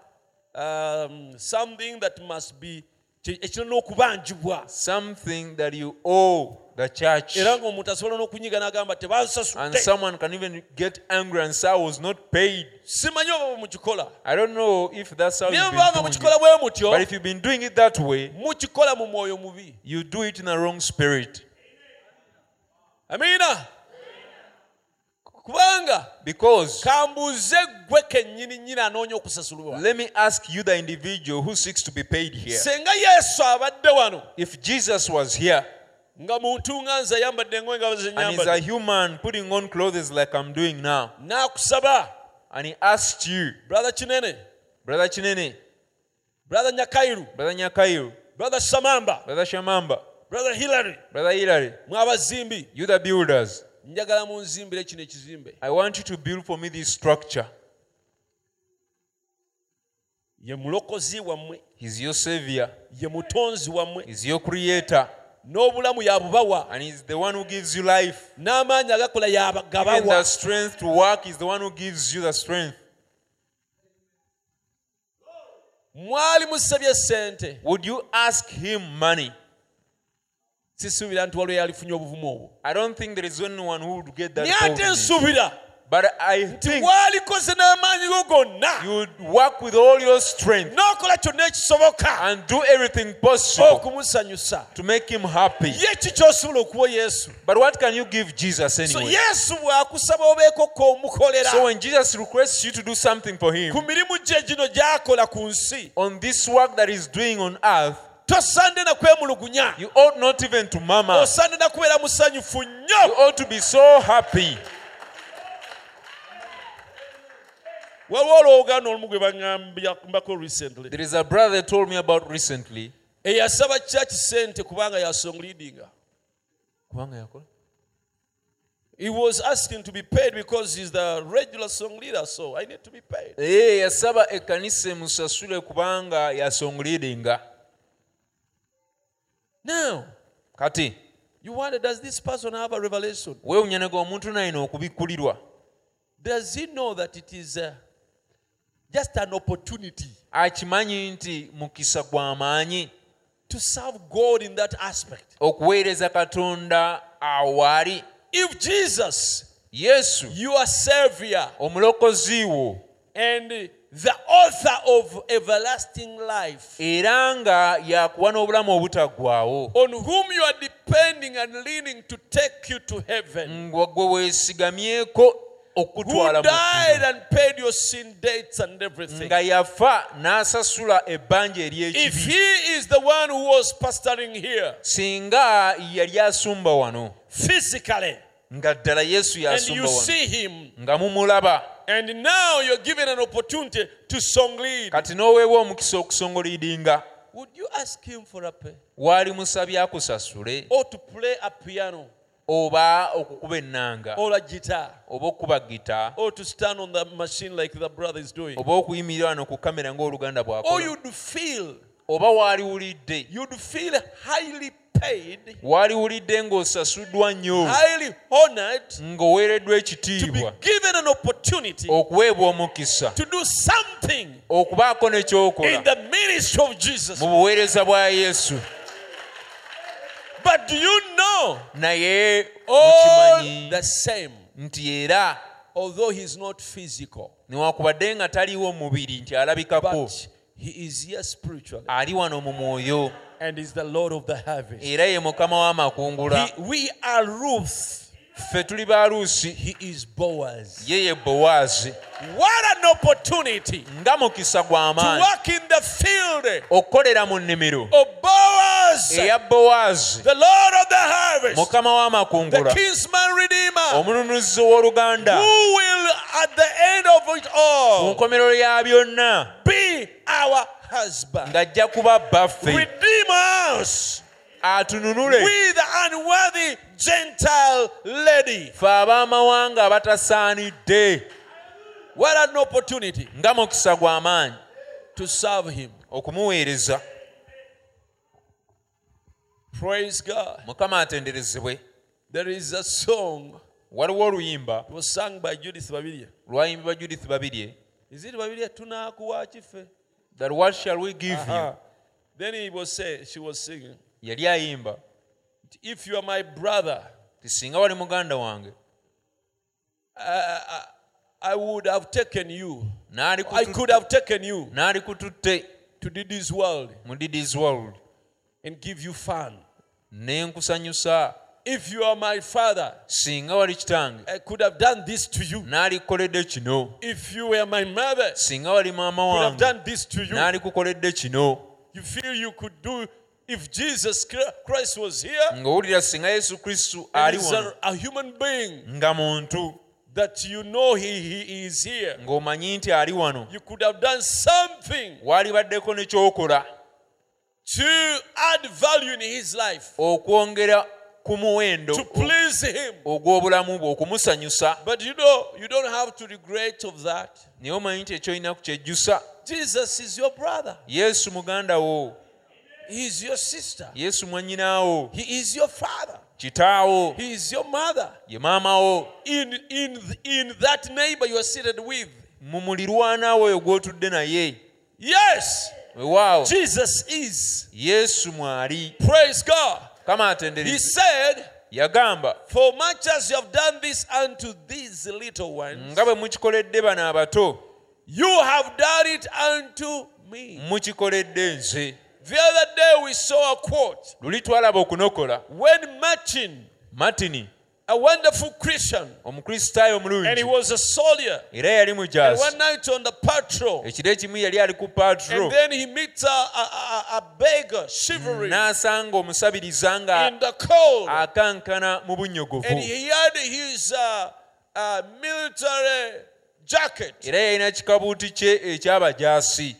um, something that must be. ki- ekirina okubanjibwa
something that you owe the church
era ng'omuntu asobola n'okunyiga n'agamba
and
tebansasudde
someone can even get angry and say, I was not paid.
simanyi oba bwemukikola
I don't know if that's how
naye
you've
mubanga
been doing
mukikola
it.
bwe
But
mutyo
if you've been doing it that way,
mukikola mu mwoyo mubi
you do it in a wrong spirit.
amiina kubanga
Because
kambuuze gwe kennyini nnyini anoonya okusasulibwa
let me ask you, the individual who seeks to be paid here.
singa yesu abadde wano
If Jesus was here
nga muntu nga nze ayambadde ngoye nga
and he's a
bazenyambadde
human putting on clothes like I'm doing now,
n'akusaba
and he asked you,
brother kinene
Brother Chinene,
brother nyakairu
Brother Nyakayu,
brother samamba
brother shamamba
brother hillary
brother hilary
mwe abazimbi
you the builders
njagala munzimbire kino ekizimbe
i want you to build for me this structure
ye mulokozi wammwe
he's your savior
ye mutonzi wammwe
he's your creator
n'obulamu yabubawa
and he's the one who gives you life
n'amaanyi agakola
Even the
yabagabawa
strength to work is the one who gives you the strength
mwali musabye sente
would you ask him money
sisuubira nti waliwo yalifunye obuvumu obwo
i don't think there is anyone who would get that
naye
out of
ate
me.
nsuubira
but i think
walikoze n'amaanyi go gonna
you would work with all your strength
n'okola kyonna ekisoboka
and do everything possible
Oh, okumusanyusa
to make him happy
ye ki ky'osobola okuwa yesu
but what can you give jesus
so
anyway
yesu bw'akusaba obeeko k'omukolera
so when jesus requests you to do something for him
ku mirimu gye gino gy'akola ku nsi
on this work that he's doing on earth
tosande na kwemulugunya
you ought not even to murmur
osande na kubeera musanyufu
you
nnyo
ought to be so happy
waliwo olwooluganda olumu gwe baŋambako recently
there is a brother told me about recently
eyasaba kyaki sente kubanga yasongleadinga
kubanga yakola
he was asking to be paid because he's the regular song leader so i need to be paid
ee yasaba ekkanisa emusasule kubanga yasonguliringa
now
kati
you wonder does this person have a revelation
weewunyanaga omuntu nayina okubikkulirwa
does he know that it is uh, just an opportunity
akimanyi nti mukisa gw'amaanyi
to serve god in that aspect
okuweereza katonda awaali
if jesus
yesu
your savior
omulokozi wo
and the author of everlasting life
era nga yakuwa n'obulamu obutaggwawo
on whom you are depending and leaning to take you to heaven
nga gwe weesigamyeko
who
okutwala mu
died
ggulu,
and paid your sin dates and everything
nga yafa n'asasula ebbanja
If
ery'ekibi
he is the one who was pastoring here
singa yali asumba wano
physically,
nga ddala yesu
and you
yasumba wano
see him,
nga mumulaba
and now you're given an opportunity to song lead,
kati n'oweebwa omukisa okusongolidinga
would you ask him for a pay
waali musabye akusasule
or to play a piano
oba okukuba ennanga
or a guitar
oba okukuba gita
or to stand on the machine like the brother is doing?
oba okuyimirira wano ku kamera ng'oluganda
Or
bw'akola
you'd feel
oba waaliwulidde
you'd feel highly paid,
waaliwulidde ng'osasuddwa nnyo
highly honored to be
ng'oweereddwa ekitiibwa
given an opportunity
okuweebwa omukisa
to do something
okubaako ne
in
kyokola
the ministry of Jesus.
mu buweereza bwa yesu
But do you know?
naye
all
mukimanyi
the same
nti era
although he's not physical
newakubadde nga taliiwo mubiri nti alabikako
but he is here spiritually
ali wano mu mwoyo
and is the lord of the harvest
era ye mukama w'amakungula
He- we are ruth
ffe tuli ba luusi
he is boaz
ye ye bowaazi
what an opportunity
nga mukisa
to
gw'amaanyi
work in the field
okukolera mu nnimiro
of boaz
eya bowaazi
the lord of the harvest
mukama
the
w'amakungula
kinsman redeemer
omununuzi w'oluganda
who will at the end of it
ku
all
nkomerero ya byonna
be our husband
ng'ajja kuba baffe
redeem us
atununule
with an unworthy Gentile lady.
ffe ab'amawanga abatasaanidde
What an opportunity
nga mukisa gw'amaanyi
to serve him.
okumuweereza
Praise God.
mukama atenderezebwe
There is a song
waliwo oluyimba
it was sung by Judith Babiria.
lwayimbibwa judith babirye
Is it Babiria tunakuwa chife?
that what shall we give you
Uh-huh. Then he was saying, she was singing,
yali ayimba
if you are my brother,
nti singa wali muganda wange
I would have taken you.
n'ali
I
kutu-
could have taken you
n'ali kututte
to this world
mu didis world
and give you fun.
ne nkusanyusa
If you are my father,
singa wali kitange
I could have done this to you.
n'alikukoledde kino
If you were my mother,
singa wali maama
I could have
wange
done this to you.
n'alikukoledde kino
You feel you could do if Jesus Chr- Christ was here,
ng'owulira singa yesu kristu
and
ali
is
wano
a, a human being
nga muntu
that you know he, he is here.
ng'omanyi nti ali wano
You could have done something
waalibaddeko ne kyokola
to add value in his life,
okwongera ku muwendo
to please him.
ogw'obulamu bwe okumusanyusa
But you know, you don't have to regret of that.
naye omanyi nti ekyolina kukyejjusa
Jesus is your brother.
yesu muganda wo
He is your sister.
yesu mwannyinaawo
He is your father.
kitaawo
He is your mother.
ye maamawo
In in th- in that neighbor you are seated with.
mu mulirwanaawo oyo gw'otudde naye
Yes,
weewaawo
Jesus is.
yesu mwali
Praise God.
kama
He
atendereza
said,
yagamba
"For much as you have done this unto these little ones,
nga bwe mukikoledde bano abato
you have done it unto me."
mukikoledde nze
The other day we saw a quote
luli twalaba okunokola
when Martin,
matini
a wonderful Christian,
omukristaayo
and he
omulungi
was a soldier.
era yali
And
mujaasi
one night on the patrol,
ekiro ekimu yali ali ku patro
and then he meets a, a, a, a beggar shivering
n'asanga omusabiriza nga
in the cold,
Ah. akankana mu
and
bunnyogovu
he had his uh, uh, military jacket,
era yalina kikabuuti kye ekyabajaasi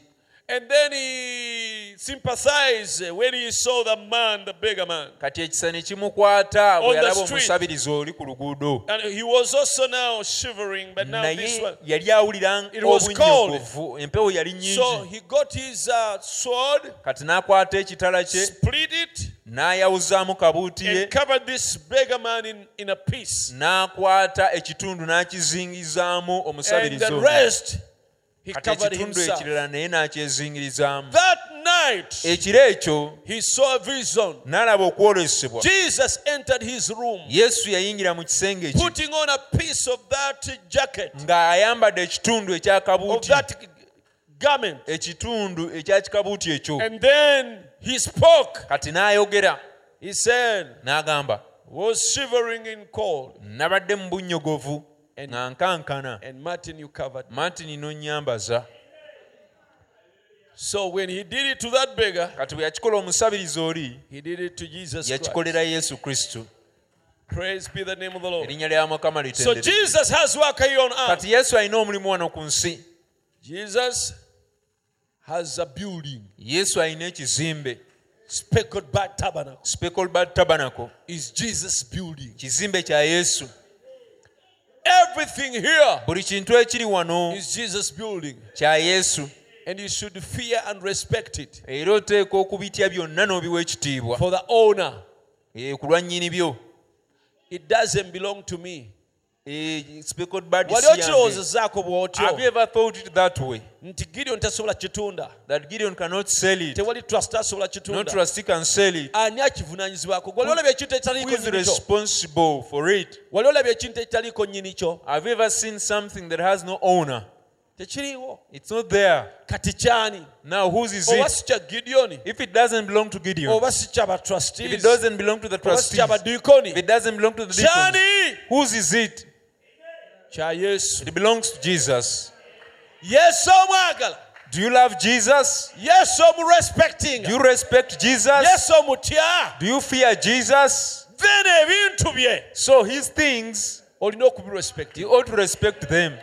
and then he sympathized when he saw the man, the beggar man.
kati ekisa ne kimukwata
On
bwe
the
yalaba
street.
omusabiriza oli ku luguudo
And he was also now shivering, but now this one.
naye yali awulira
It was
obunnyogovu empewo yali
So
nnyingi
he got his uh, sword,
kati n'akwata ekitala kye
split it,
n'ayawuzaamu kabuuti ye Mm,
and covered this beggar man in, in a piece.
n'akwata ekitundu n'akizingizaamu
And
omusabiriza
the
ono.
rest, he
kati
covered
ekitundu
himself.
ekirala naye n'akyezingirizaamu
That night,
ekiro ekyo
he saw a vision.
n'alaba okwolesebwa
Jesus entered his room,
yesu yayingira mu kisenge kye
putting on a piece of that jacket,
Mm, ng'ayambadde ekitundu
of
ekyakabuuti
that garment.
ekitundu ekya kikabuuti ekyo
And then he spoke.
kati n'ayogera
He said,
n'agamba
was shivering in cold.
nabadde mu bunnyogovu
And-
nga nkankana
And Martin, you covered. me."
matini n'onnyambaza
So when he did it to that beggar,
kati bwe yakikola omusabiriza oli
he did it to Jesus Christ.
yakikolera yesu kristo
Praise be the name of the Lord.
erinnya lya mukama
So
litendere
Jesus has work here on earth.
kati yesu alina omulimu wano ku nsi
Jesus has a building,
yesu alina ekizimbe
speckled by tabernacle.
speckled bad tabernacle
Is Jesus' building.
kizimbe kya yesu
Everything here
buli kintu ekiri wano
is Jesus' building.
kya yesu
And you should fear and respect it
era oteeka okubitya byonna n'obiwa ekitiibwa
for the owner.
Eh, ku lwannyini byo
It doesn't belong to me.
Eh, speckled bad
wali
si yange.
okirowoozezzaako
Have you
bw'otyo
ever thought it that way
nti gideon tasobola kitunda
that gideon cannot sell it
tewali trust asobola
no
kitunda
trustee can sell it
ani akivunaanyizibwako gwali olabye ekintu
who
ekitaliiko
is
nyinikyo
responsible for it
wali olabye ekintu ekitaliiko nyinikyo
have you ever seen something that has no owner
tekiriiwo
it's not there
kati kyani
now whose is
oba
it
si kya gideoni
if it doesn't belong to gideon
oba si kya
if it
batrustis
doesn't belong to the
oba si
trustees
kya
if
badiikoni
it doesn't belong to the deacons
kyani
whose is it
kya yesu
it belongs to jesus
yesu omwagala
do you love jesus
yesu
do
omurespectinga
you respect jesus
yesu omutya
do you fear jesus
then ebintu bye
so his things
olina okubirespecti
you ought to respect them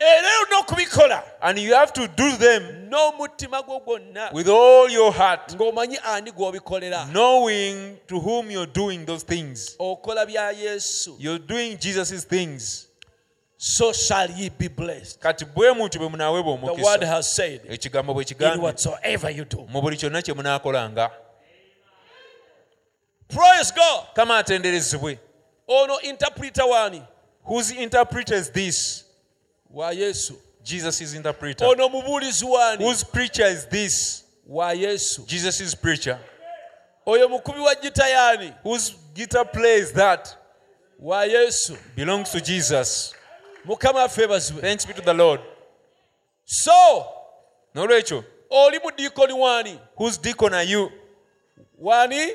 era olina okubikola
and you have to do them
n'omutima gwo gwonna
with all your heart
ng'omanyi ani gw'obikolera
knowing to whom you're doing those things
okola bya yesu
you're doing jesus' things
so shall ye be blessed
kati bwe muti bwe munaaweebwa
the word
omukisa
has said
ekigambo bwe
in
kigambye
whatsoever you do
mu buli kyonna kye munaakolanga
praise god
kama atenderezebwe
ono interpreter wani
whose interpreter is this
wa yesu
jesus' interpreter
ono mubuulizi wani
whose preacher is this
wa yesu
jesus' preacher
oyo mukubi wa gitayani
whose guitar plays that
wa yesu
belongs to jesus
mukama affe bazibwe
thanks be to the lord
so
n'olwekyo
oli mudiikoni wani
whose deacon are you
wani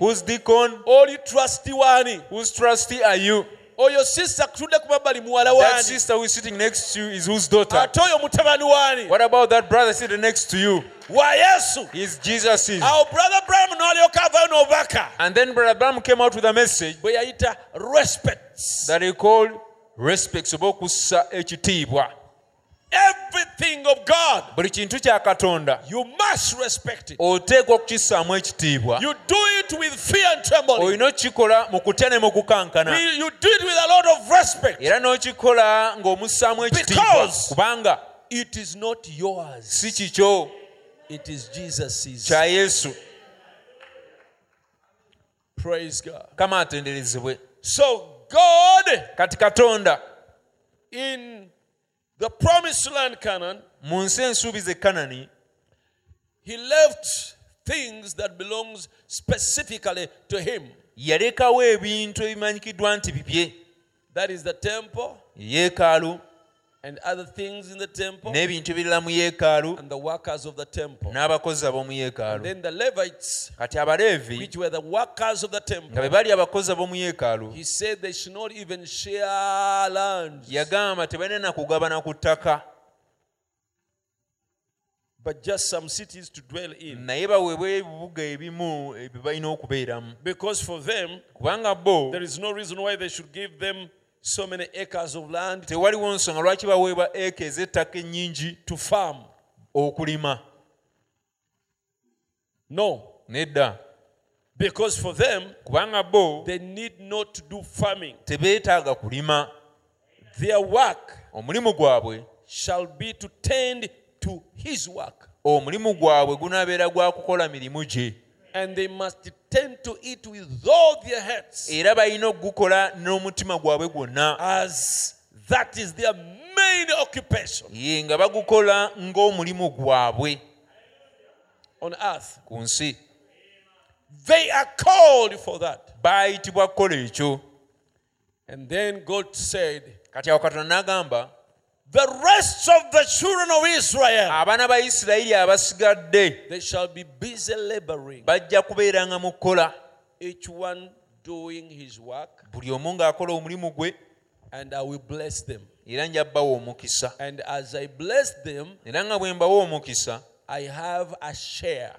whose deacon
oli trusty wani
whose trustee are you
oyo sisita kutudde ku mabbali muwala
that
wani
sister who is sitting next to you is whose daughter
ate oyo mutabani wani
what about that brother sitting next to you
wa yesu
he's jesus's
awo brother braham n'alyoka avayo n'obubaka
and then brother bram came out with a message
bwe yayita respects
that he called respects oba okussa ekitiibwa
every thing of God,
buli kintu kya katonda
you must respect
Oh.
it.
oteekwa okukissaamu ekitiibwa
You do it with fear and trembling.
olina okukikola mu kutya ne mu kukankana
You you do it with a lot of respect.
era n'okikola ng'omussaamu ekitiibwa
Because-
kubanga
It is not yours,
si kikyo
it is Jesus's.
kya yesu
Praise God.
kama atenderezebwe
So, God,
kati katonda
in the promised land, Canaan,
mu nsi ensuubiza ekanani
he left things that belongs specifically to him.
yalekawo ebintu ebimanyikiddwa nti bibye
That is the temple
yeekaalu
and other things in the temple
n'ebintu ebirala mu yeekaalu
and the workers of the temple.
n'abakozi ab'omu yeekaalu
Then the Levites,
kati abaleevi
which were the workers of the temple,
nga be bali abakozi ab'omu yeekaalu
He said they should not even share land,
yagamba tebalina na kugabana ku ttaka
but just some cities to dwell in.
naye baweebwa ebibuga ebimu ebyo balina okubeeramu
Because for them,
kubanga bo
there is no reason why they should give them so many acres of land
tewaliwo nsonga lwaki baweebwa eka ez'ettaka ennyingi
to farm.
okulima
No,
nedda
because for them,
kubanga bo
they need not to do farming.
tebeetaaga kulima
Their work
omulimu gwabwe
shall be to tend to his work,
omulimu gwabwe gunaabeera gwa kukola mirimu gye
and they must tend to it with all their hearts,
era balina okugukola n'omutima gwabwe gwonna
as that is their main occupation
ye nga bagukola ng'omulimu gwabwe
on earth.
ku nsi
They are called for that.
baayitibwa kukola ekyo
And then God said,
kati awo katonda n'agamba
The rest of the children of Israel,
abaana ba isirayiri abasigadde
they shall be busy laboring,
bajja kubeeranga mu kukola
each one doing his work,
buli omu ng'akola omulimu gwe
and I will bless them.
era nja bawa omukisa
And as I bless them,
era nga bwe mbawa omukisa
I have a share.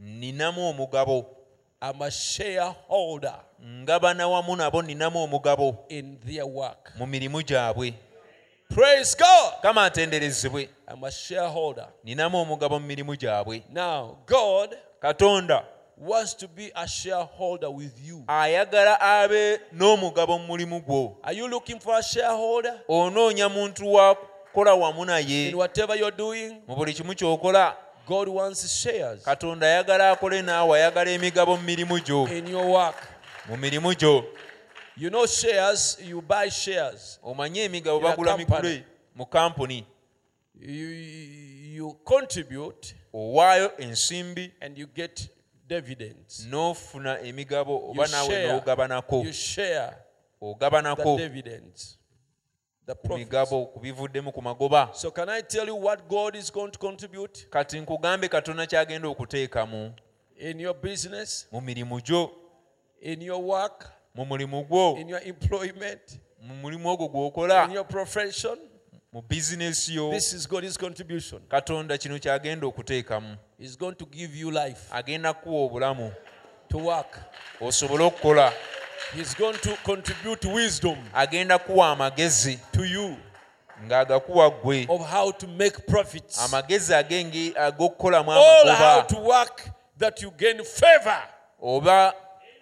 ninamu omugabo
I'm a shareholder
ngabana wamu nabo ninamu omugabo
in their work.
mu mirimu gyabwe
Praise God!
kama atenderezebwe
I'm a shareholder.
ninamu omugabo mu mirimu gyabwe
Now, God
katonda
wants to be a shareholder with you.
ayagala abe n'omugabo mu mulimu gwo
Are you looking for a shareholder
onoonya muntu wakukola wamu naye
in whatever you're doing?
mu buli kimu ky'okola
God wants shares
katonda ayagala akole naawe ayagala emigabo mu mirimu gyo
in your work.
mu mirimu gyo
You know shares, you buy shares.
omanye emigabo
Era
bagula
company.
mikule mu kampuni
You, you contribute
owaayo ensimbi
and you get dividends.
n'ofuna emigabo oba
You
naawe
share.
n'ogabanako
You share the
ogabanako
dividends, the
ku
profits.
migabo ku bivuddemu ku magoba
So can I tell you what God is going to contribute
kati nkugambe katonda kyagenda okuteekamu
in your business,
mu mirimu gyo
in your work,
mu mulimu gwo
in your employment,
mu mulimu ogwo gw'okola
in your profession?
mu bizinesi yo
This is God's contribution.
katonda kino kyagenda okuteekamu
He's going to give you life
agenda kuwa obulamu
to work.
osobole okukola
He's going to contribute wisdom
agenda kuwa amagezi
to you
ng'agakuwa ggwe
of how to make profits.
amagezi agenge ag'okukolamu
all how
amagoba
to work that you gain favor
oba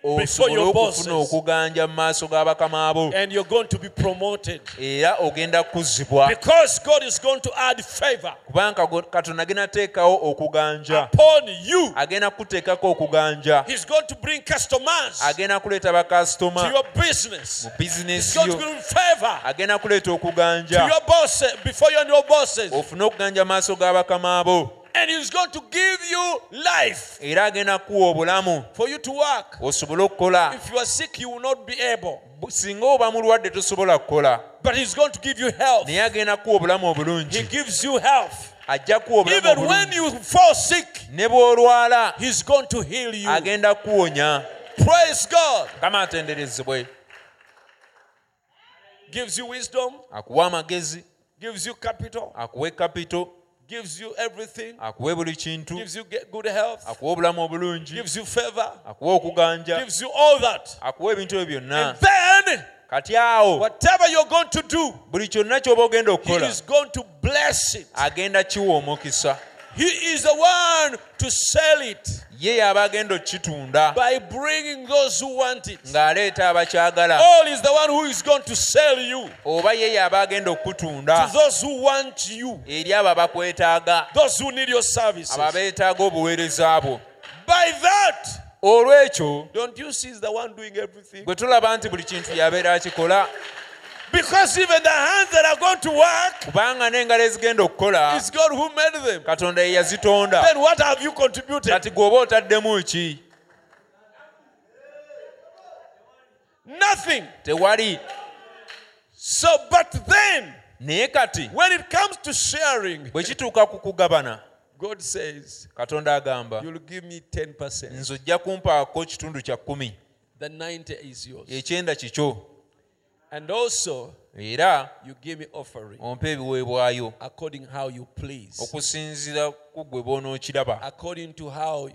Before
osobole
your
okufuna
bosses.
okuganja mu maaso ga bakama bo
and you're going to be promoted
era ogenda kuzzibwa
because God is going to add favor
kubanga go- katonda agenda teekawo okuganja
upon you.
agenda kuteekako okuganja
He's going to bring customers
agenda kuleeta
to
bakasitoma
your business.
mu
He's
bizinesi
going to
yo
bring favor
agenda kuleeta
to your
okuganja
bosses before you and your bosses,
ofune okuganja mu maaso ga bakama bo
and He's going to give you life
era agenda kuwa obulamu
for you to work.
osobole okukola
If you are sick, you will not be able,
Bu- singa oba mulwadde tosobola kukola
but He's going to give you health.
naye agenda kuwa obulamu
He
obulungi
gives you health.
ajja kuwa obulamu
Even when
obulungi
you fall sick,
ne bw'olwala
He's going to heal you.
agenda kuwonya
Praise God.
mukama atenderezebwe
gives you wisdom,
akuwa amagezi
gives you capital,
akuwa ekapito
gives you everything,
akuwa buli kintu
gives you ge- good health,
akuwa obulamu obulungi
gives you favor,
akuwa okuganja
gives you all that.
akuwa ebintu ebyo byonna
And then
kati awo
Whatever you're going to do,
buli kyonna ky'oba ogenda
He
okukola
is going to bless it.
agenda kiwa omukisa
He is the one to sell it
ye y'aba agenda okukitunda
by bringing those who want it.
ng'aleeta abakyagala
All is the one who is going to sell you
oba ye y'aba agenda okukutunda
to those who want you,
eri abo abakwetaaga
those who need your services.
abo abeetaaga obuweereza bwo
By that,
olw'ekyo
don't you see, he's the one doing everything?
bwe tulaba nti buli kintu y'abeera akikola
Because even the hands that are going to work,
kubanga n'engalo ezigenda okukola
it's God who made them.
katonda ye yazitonda
Then what have you contributed?
kati gweoba otaddemu ki
Nothing.
tewali
So, but then,
naye kati
when it comes to sharing,
bwe kituuka ku kugabana
God says,
katonda agamba
You'll give me 10%.
nze ojja kumpaako kitundu kya kkumi
The 90 is yours.
ekyenda kikyo
And also,
era
you give me offering
ompe ebiweebwayo
according how you please,
okusinziira ku gwe boonookiraba
according to how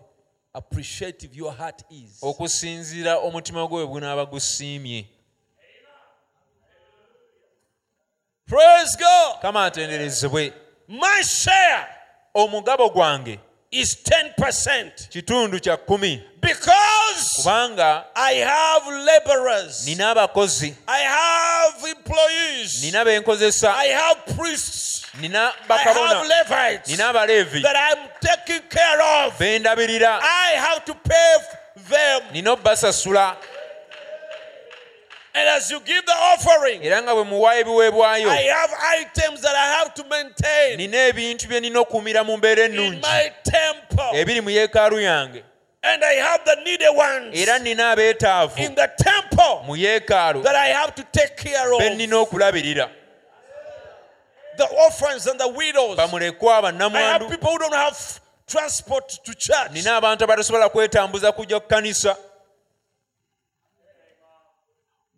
appreciative your heart is.
okusinziira omutima gwe bwe gunaaba gusiimye
Praise God.
kama atenderezebwe
My share
omugabo gwange
is 10%
kitundu kya kkumi
because
kubanga
I have laborers,
nina abakozi
I have employees,
nina benkozesa
I have priests,
nina
I have
bakabona
Levites
nina abaleevi
that I'm taking care of.
bendabirira
I have to pay them.
nina obbasasula
And as you give the offering,
era nga bwe muwaayo ebiweebwayo
I have items that I have to maintain
nina ebintu bye nina okuumira mu mbeera
in
ennungi
my temple.
ebiri mu yeekaalu yange
And I have the needy
era
ones
nina abeetaavu
in the temple
mu yeekaalu
that I have to take care
be
of.
nnina okulabirira
The orphans and the widows.
bamulekwa
I
bannamwandu
have people who don't have transport to church.
nina abantu abatasobola kwetambuza kujja ku kanisa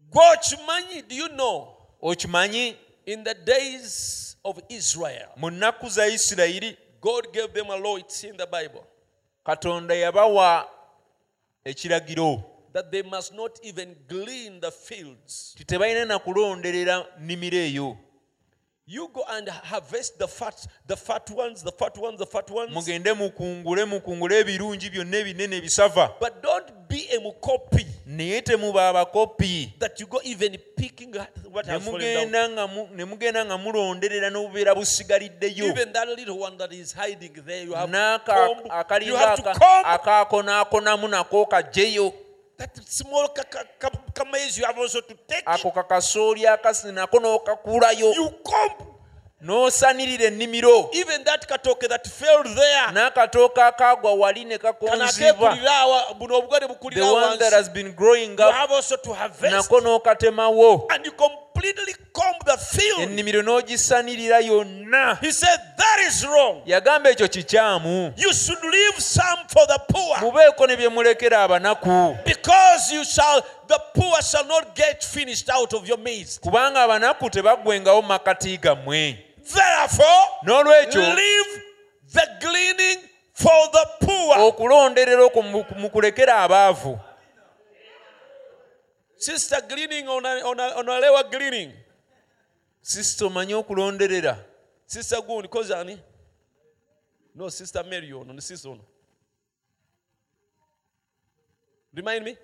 Gwokimanyi, do you know,
okimanyi
in the days of Israel,
mu nnaku za isirayiri
God gave them a law, it's in the Bible,
katonda yabawa ekiragiro
that they must not even glean the fields.
nti tebalina na kulonderera nnimiro eyo
You go and harvest the fat, the fat ones, the fat ones, the fat ones.
mugende mukungule mukungule ebirungi byonna ebinene ebisava
But don't be a mukopi
naye temuba abakopi
that you go even picking what
Ne
has fallen down.
mugenda nga mu- ne mugenda nga muronderera n'obubeera busigaliddeyo
Even that little one that is hiding there, you have to comb. You have to comb
n'akalibakaakonaakonamu nako kajjeyo
that small ka- ka- ka- ka maize. You have also to take it.
ako kakasooli akasi nako n'okakulayo
You comb
n'osanirira ennimiro
even that katoke that fell there.
n'akatooka akaagwa wali ne
Kana
kakonzibwa
kekulira awa- buno obugere
the
bukulira
one that
wansi.
has been growing
You
up
have also to harvest
nako n'okatemawo
and you completely comb the field.
ennimiro n'ogisanirira yonna
He said that is wrong.
yagamba ekyo kikyamu
You should leave some for the poor,
mubeeko ne bye mulekera abanaku
because you shall the poor shall not get finished out of your midst.
kubanga abanaku tebaggwengawo mu makati gammwe
Therefore,
n'olwekyo
leave the gleaning for the
Oh.
poor.
okulonderera okwo mu- mu kulekera abaavu
Sister gleaning on a, on a, on a lewa gleaning.
sisita omanyi okulonderera
Sister Gun, Kozani. No, Sister Mary, ono, ni sister ono. Remind me.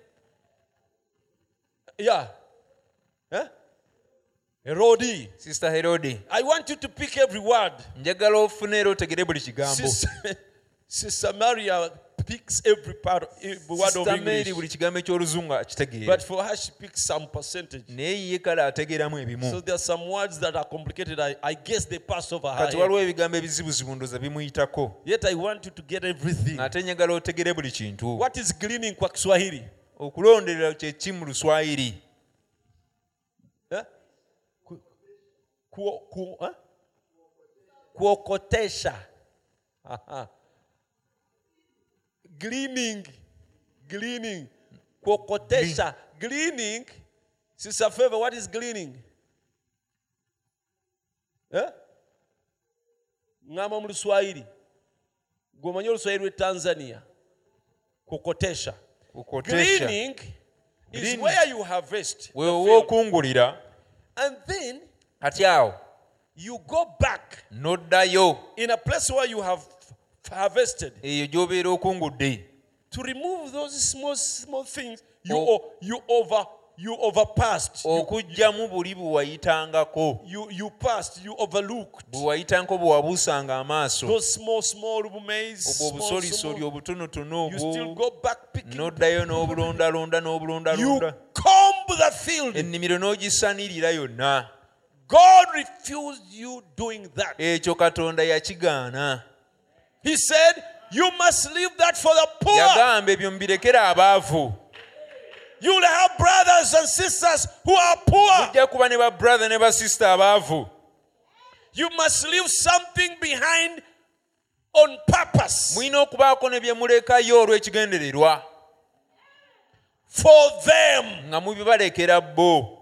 Yeah. Huh? Erodi.
sisita herodi
I want you to pick every word.
njagala ofune era otegere buli kigambo
Sister, Sister Maria picks every part, every word of
Sister Mary buli
English.
kigambo eky'oluzungu
But
akitegeera
for her, she picks some percentage.
naye ye kale ategeeramu
So
ebimu
there are some words that are complicated. I, I guess they pass over her.
kati waliwo
head.
ebigambo ebizibuzibu ndoza bimuyitako
Yet I want you to get everything.
ate njagala otegere buli kintu
What is gleaning kwa Kiswahili?
okulonderera kyeki mu luswayiri
Eh? Ku- kuo- ku- eh? Kuokotesha. Aha. Gleaning. Gleaning. Kuokotesha. Gleaning. Sister Favor, what is gleaning? Eh? Ng'ama mu Luswahili. Gw'omanyi Oluswahili lwe Tanzania. Kuokotesha.
okotesha
Gleaning is
Lini?
where you harvest. the
wewe
field.
wookungulira
And then
kati awo
you go back
n'oddayo
in a place where you have harvested
eyo gy'obeera okungudde
to remove those small small things you
Oh.
o- you over you overpassed
okuggyamu buli bwe wayitangako
you you passed you overlooked
bwe wayitangako bwe wabuusanga amaaso
those small small maize
obwo
small,
obusolisoli
small-
obutonotono
you still
obwo
go back picking
n'oddayo n'obulondalonda
you
n'obulondalonda
comb the field
ennimiro n'ogisanirira yonna
god refused you doing that
ekyo katonda yakigaana
he said you must leave that for the poor
yagamba ebyo mubirekere abaavu
you will have brothers and sisters who are poor
ojja kuba ne babrother ne basisita abaavu
You must leave something behind on purpose
mulina okubaako ne bye mulekayo olw'ekigendererwa
for them.
nga mubibalekera bo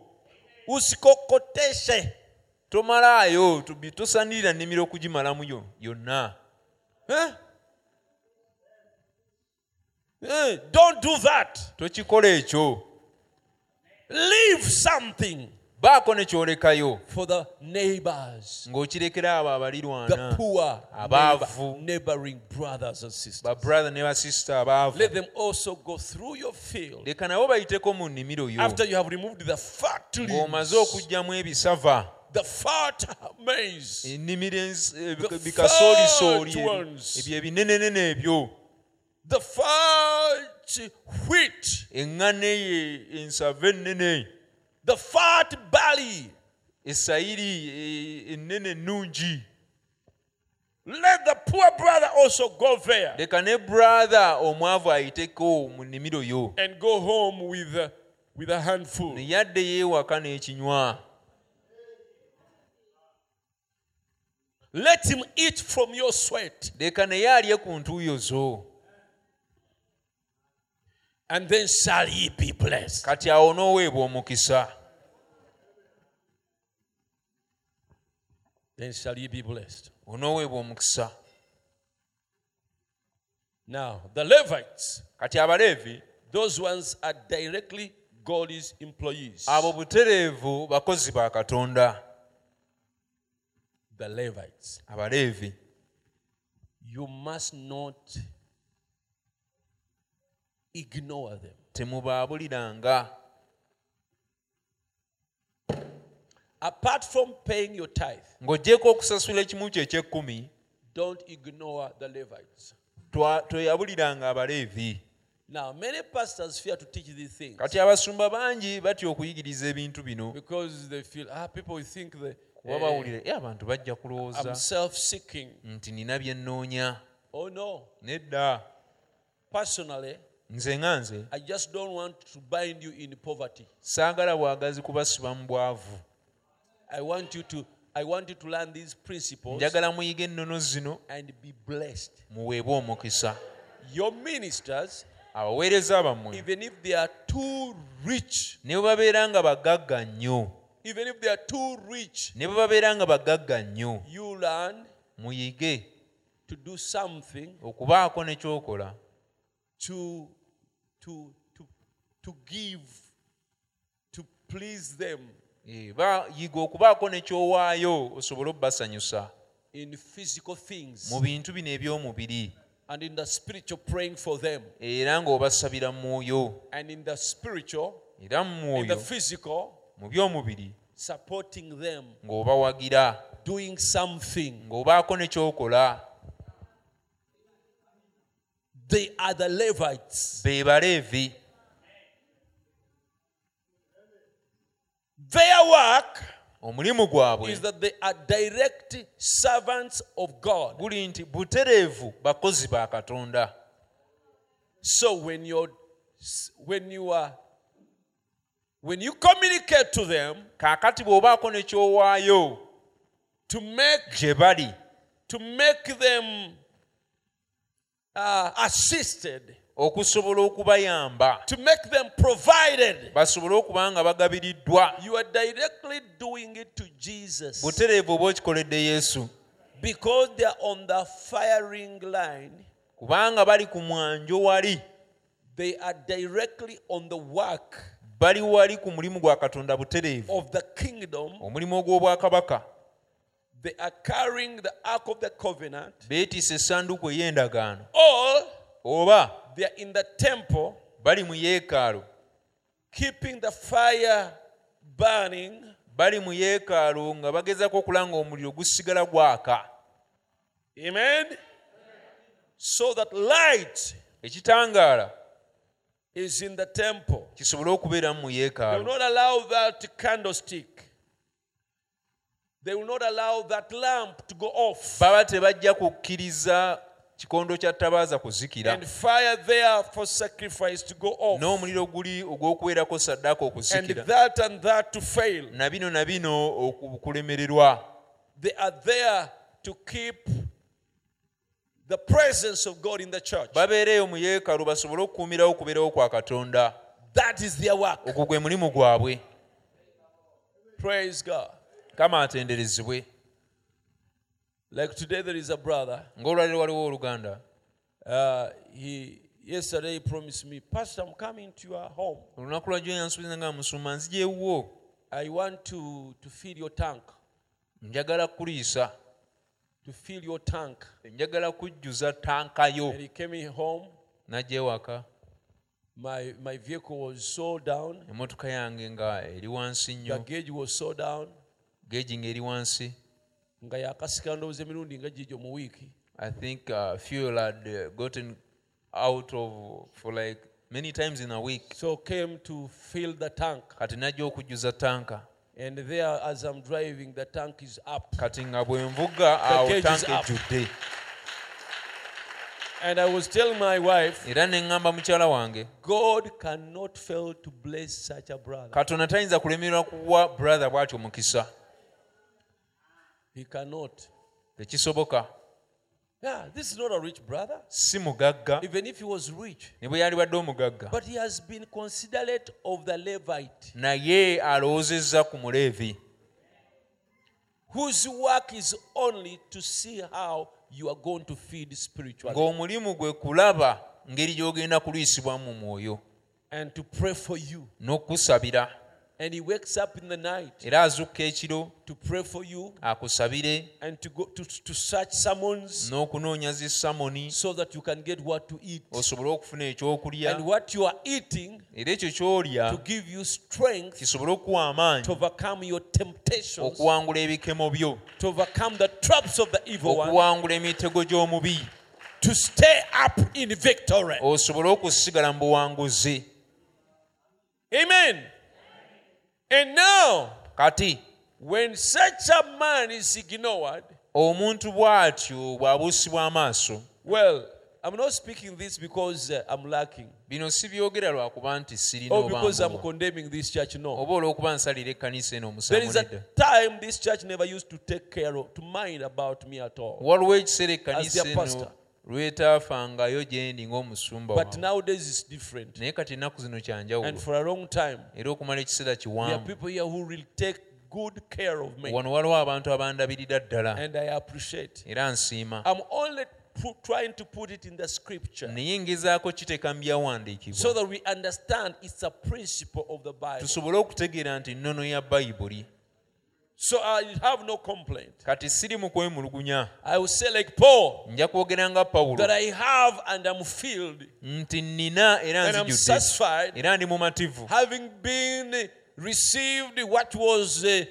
Usikokoteshe.
tomalaayo tubi- tosanirira nnimiro okugimalamu yo- yonna
Huh? Eh, Don't do that.
tokikola ekyo
Leave something
baako ne kyolekayo
for the neighbors,
ng'okirekera abo
the
abalirwana
poor,
Abavu.
neighbor- neighboring brothers and sisters.
babrother ne basisita abaavu
Let them also go through your field
leka nabo bayiteko mu nnimiro yo
after you have removed the fat leaves,
ng'omaze okuggyamu ebisava
the fat maize.
ennimiro enz-
The
ebi- bikasoolisooli
third
ebyo-
ones.
ebyo ebinenenene ebyo
the fat wheat,
eŋŋana eyo ensava ennene
the fat barley.
essayiri e- ennene ennungi
Let the poor brother also go there
leka ne brother omwavu ayiteko mu nnimiro yo
and go home with, uh, with a handful.
ne yadde yeewaka n'ekinywa
Let him eat from your sweat
leka naye alye ku ntuuyo zo
and then shall he be blessed.
kati awo n'oweebwa omukisa
Then shall he be blessed.
onooweebwa omukisa
Now, the Levites,
kati abaleevi
those ones are directly God's employees.
abo butereevu bakozi ba katonda
The Levites.
abaleevi
You must not ignore them.
temubaabuliranga
Apart from paying your tithe,
ng'oggyeko okusasula ekimu kye eky'ekkumi
Don't ignore the Levites.
twa- tweyabuliranga abaleevi
Now, many pastors fear to teach these things
kati abasumba bangi batya okuyigiriza ebintu bino
because they feel, ah, people will think that
kuba bawulira "Eh, abantu bajja kulowooza
I'm self seeking.
nti nina bye nnoonya
Oh, no.
nedda
Personally,
nze nga nze
I just don't want to bind you in poverty.
saagala bwagazi kubasiba mu bwavu
I want you to, I want you to learn these principles
njagala muyiga ennono zino
and be blessed.
muweebwe omukisa
Your ministers,
abaweereza bammwe
even if they are too rich,
ne bwe babeera nga bagagga nnyo
even if they are too rich,
ne bwe babeera nga bagagga nnyo
you learn
muyige
to do something
okubaako ne kyokola
to to to to give to please them
Eh, ba- yiga okubaako ne kyowaayo osobole obbasanyusa
in physical things
mu bintu bino eby'omubiri
and in the spiritual praying for them
era ng'obasabira mu mwoyo
and in the spiritual
era mu
in the
mwoyo
physical
mu by'omubiri
supporting them
ng'obawagira
doing something
ng'obaako ne kyokola
they are the levites
be baleevi
their work
omulimu
is
gwabwe
that they are direct servants of god
guli nti butereevu bakozi ba katonda
so when you're when you are when you communicate to them
kaakati bw'obaako ne kyowaayo
to make
gye bali
to make them uh, assisted,
okusobola okubayamba
to make them provided.
basobole okuba nga bagabiriddwa
You are directly doing it to Jesus
butereevu oba okikoledde yesu
because they are on the firing line.
kubanga bali ku mwanjo wali
They are directly on the work
bali wali ku mulimu gwa katonda butereevu
of the kingdom,
omulimu ogw'obwakabaka
they are carrying the ark of the covenant,
beetiisa essanduuko ey'endagaano
or
oba
they are in the temple
bali mu yeekaalu
keeping the fire burning
bali mu yeekaalu nga bagezaako okulanga omuliro gusigala gwaka
Amen. So that light
ekitangaala
is in the temple.
kisobole okubeera mu
They will
yeekaalu
not allow that candlestick. They will not allow that lamp to go off.
baba tebajja kukkiriza kikondo kya ttabaaza kuzikira
And fire there for sacrifice to go off.
n'omuliro guli ogw'okuweerako saddaaka
And
okuzikira
that and that to fail.
na bino na bino oku- kulemererwa
They are there to keep the presence of God in the church.
babeera eyo mu yeekaalu basobole okukuumirawo okubeerawo kwa katonda
That is their work.
ogwo gwe mulimu gwabwe
Praise God.
kama atenderezebwe
Like today, there is a brother.
ng'olwaliro waliwo oluganda
Uh, he yesterday he promised me, Pastor, I'm coming to your home.
olunaku lwajjo yansuubiza nga musuma nzija ewuwo
I want to to fill your tank,
njagala kuliisa
to fill your tank.
njagala kujjuza tankayo
And he came in home.
najja ewaka
My my vehicle was so down.
emmotoka yange nga eri wansi
The
nnyo
gauge was so down.
geegi ng'eri wansi
nga yakasika ndowooza emirundi nga gijo mu wiiki
i think uh, fuel had uh, gotten out of for like many times in a week
so came to fill the tank
kati najja okujjuza tanka
and there as i'm driving the tank is up
kati nga bwe nvuga awo
gauge is
tanka
up.
ejjudde
and i was telling my wife
era ne ŋŋamba mukyala wange
god cannot fail to bless such a brother
katonda tayinza kulemererwa kuwa brother bw'atyo omukisa
he cannot
tekisoboka
yeah this is not a rich brother
si mugagga
even if he was rich
ne bwe yalibadde omugagga
but he has been considerate of the levite
naye alowoozezza ku muleevi
whose work is only to see how you are going to feed spiritually
ng'omulimu gwe kulaba ngeri gy'ogenda kulwisibwa mu mwoyo
and to pray for you
n'okukusabira
and he wakes up in the night
era azukka ekiro
to pray for you
akusabire
and to go to, to search summons
n'okunoonya zi samoni
so that you can get what to eat
osobole okufuna ekyokulya
and what you are eating
era ekyo ky'olya
to give you strength
kisobole okuwa amaanyi
to overcome your temptations
okuwangula ebikemo byo
to overcome the traps of the evil one
okuwangula emitego gy'omubi
to stay up in victory
osobole okusigala mu buwanguzi
amen and now
kati
when such a man is ignored
omuntu bw'atyo bw'abuusibwa amaaso
well i'm not speaking this because uh, i'm lacking
bino sibyogera lwakuba nti sirina
or
oba
Oh, because i'm
mbuwa.
condemning this church no
oba olw'okuba nsalira ekkanisa eno
there is
omusango
a
nedda
time this church never used to take care of to mind about me at all
waliwo ekiseera
As their
ekkanisa eno
pastor.
lwetaafangayo gye ndi ng'omusumba
But
waabwe.
nowadays it's different.
naye kati ennaku zino
And
kyanjawulo
for a long time,
era okumala ekiseera
there are
kiwanvu
people here who will take good care of me.
wano waliwo abantu abandabirira ddala
And I appreciate.
era nsiima
I'm only pu- trying to put it in the scripture
naye ngezaako kiteeka mu
so
byawandiikibwa
that we understand it's a principle of the Bible.
tusobole okutegeera nti nnono ya bayibuli
So I have no complaint.
kati siri mu kwemulugunya
I will say, like Paul,
nja kwogera nga pawulo
that I have and I'm filled,
nti nnina era
and I'm
nzijudde
satisfied,
era ndi mumativu
having been received what was. Uh,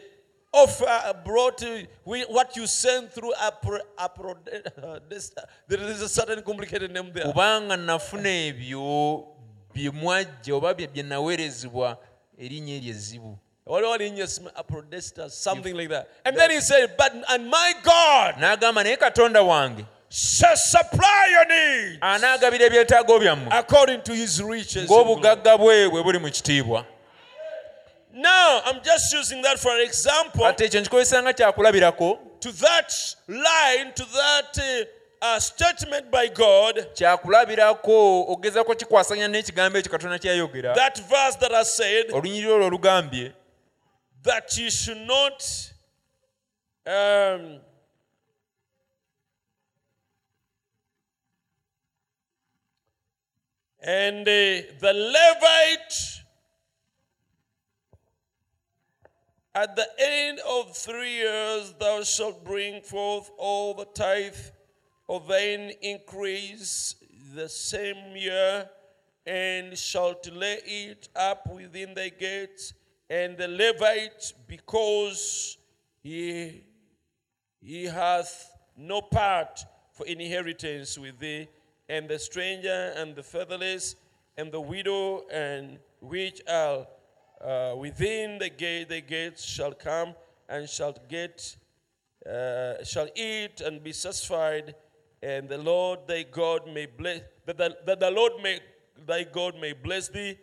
Offer brought uh, we- what you sent through Apro, Apro, uh, this, uh, <laughs> there is a certain complicated name there.
kubanga nafuna ebyo bye mwajja oba bye bye naweerezebwa erinnya eryo ezzibu
What all in your sm- Aprodestus, something like that. And then he said, But and my God
n'agamba naye katonda wange
shall supply your need
Ah. anaagabira ebyetaago byammwe
according to his riches. in glory."
ng'obugagga bwe bwe buli mu kitiibwa
Now, I'm just using that for an example
ate ekyo nkikozesa nga kyakulabirako
to that line, to that uh, uh, statement by God,
kyakulabirako ogezaako kikwasanya n'ekigambo ekyo katonda kyeyayogera
that verse that I said
olunyiriri olwo olugambye
that you should not. Um, and uh, the Levite At the end of three years, thou shalt bring forth all the tithe of thine increase the same year, and shalt lay it up within thy gates, and the Levite, because he, he hath no part for inheritance with thee, and the stranger, and the fatherless, and the widow, and which are uh, within the gate, the gates shall come and shall get, uh, shall eat and be satisfied, and the Lord thy God may bless that the, that the Lord may thy God may bless thee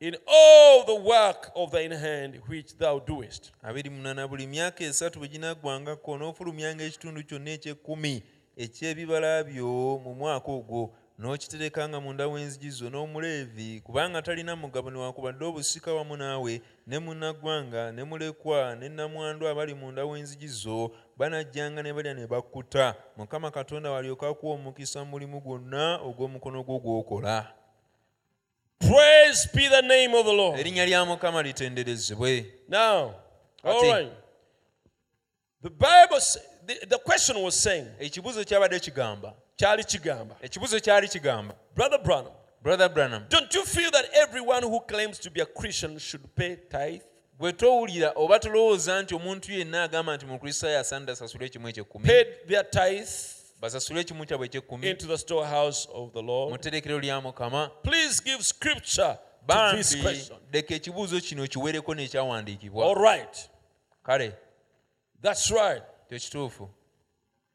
in all the work of thine hand which thou doest.
abiri munana buli myaka esatu bwe ginaggwangako n'ofulumyanga ekitundu kyonna eky'ekkumi eky'ebibala byo mu mwaka ogwo n'okiterekanga munda w'enzigi zo n'omuleevi kubanga talina mugabo newaakubadde obusika wamu naawe ne munnaggwanga ne mulekwa ne nnamwandu abali munda w'enzigi zo banajjanga ne balya ne bakkuta mukama katonda walyoke akuwa omukisa mu mulimu gwonna ogw'omukono gwo gw'okola
Praise be the name of the Lord.
erinnya lya mukama litenderezebwe
Now, all
Ati.
right. The Bible, s- the, the question was saying,
ekibuzo kyabadde kigamba
Charlie Chigamba,
ekibuzo kyali kigamba
Brother Branham,
brother branham
Don't you feel that everyone who claims to be a Christian should pay tithe?
gwe towulira oba tolowooza nti omuntu yenna agamba nti mukristaayo asaanidde asasule ekimu ekyekkumi
Paid their tithe
basasule ekimu kyabwe ekyekkumi
into the storehouse of the
mu
Lord?
tterekero lya mukama
Please give scripture to
bambi
this question.
leka ekibuuzo kino kiwereko n'ekyawandiikibwa
All right.
kale
That's right.
kyo kituufu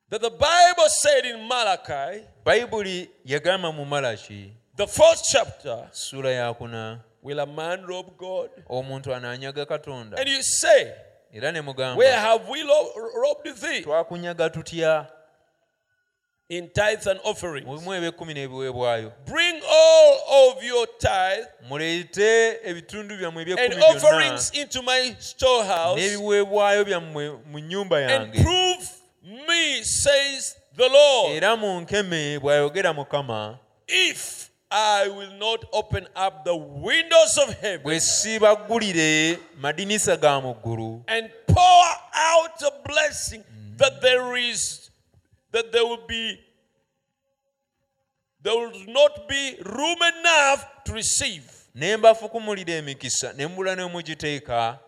That the Bible said in Malachi,
bayibuli yagamba mu malaki
the fourth chapter,
ssuula yakuna
will a man rob God?
omuntu anaanyaga katonda
And you say,
era ne mugamba
Where have we lo- robbed thee?
twakunyaga tutya
In tithes and offerings.
mulimu ebyekkumi n'ebiweebwayo
Bring all of your tithe
muleete ebitundu byammwe
and
ebyekkumi byonna
offerings into my storehouse.
n'ebiweebwayo byammwe mu nnyumba
and
yange
prove me, says the Lord,
era munkeme bw'ayogera mukama
if I will not open up the windows of heaven
bwe siibaggulire madinisa ga mu ggulu
and pour out a blessing that there is, that there will be, there will not be room enough to receive.
ne mbafukumulira emikisa ne mbula ne mugiteeka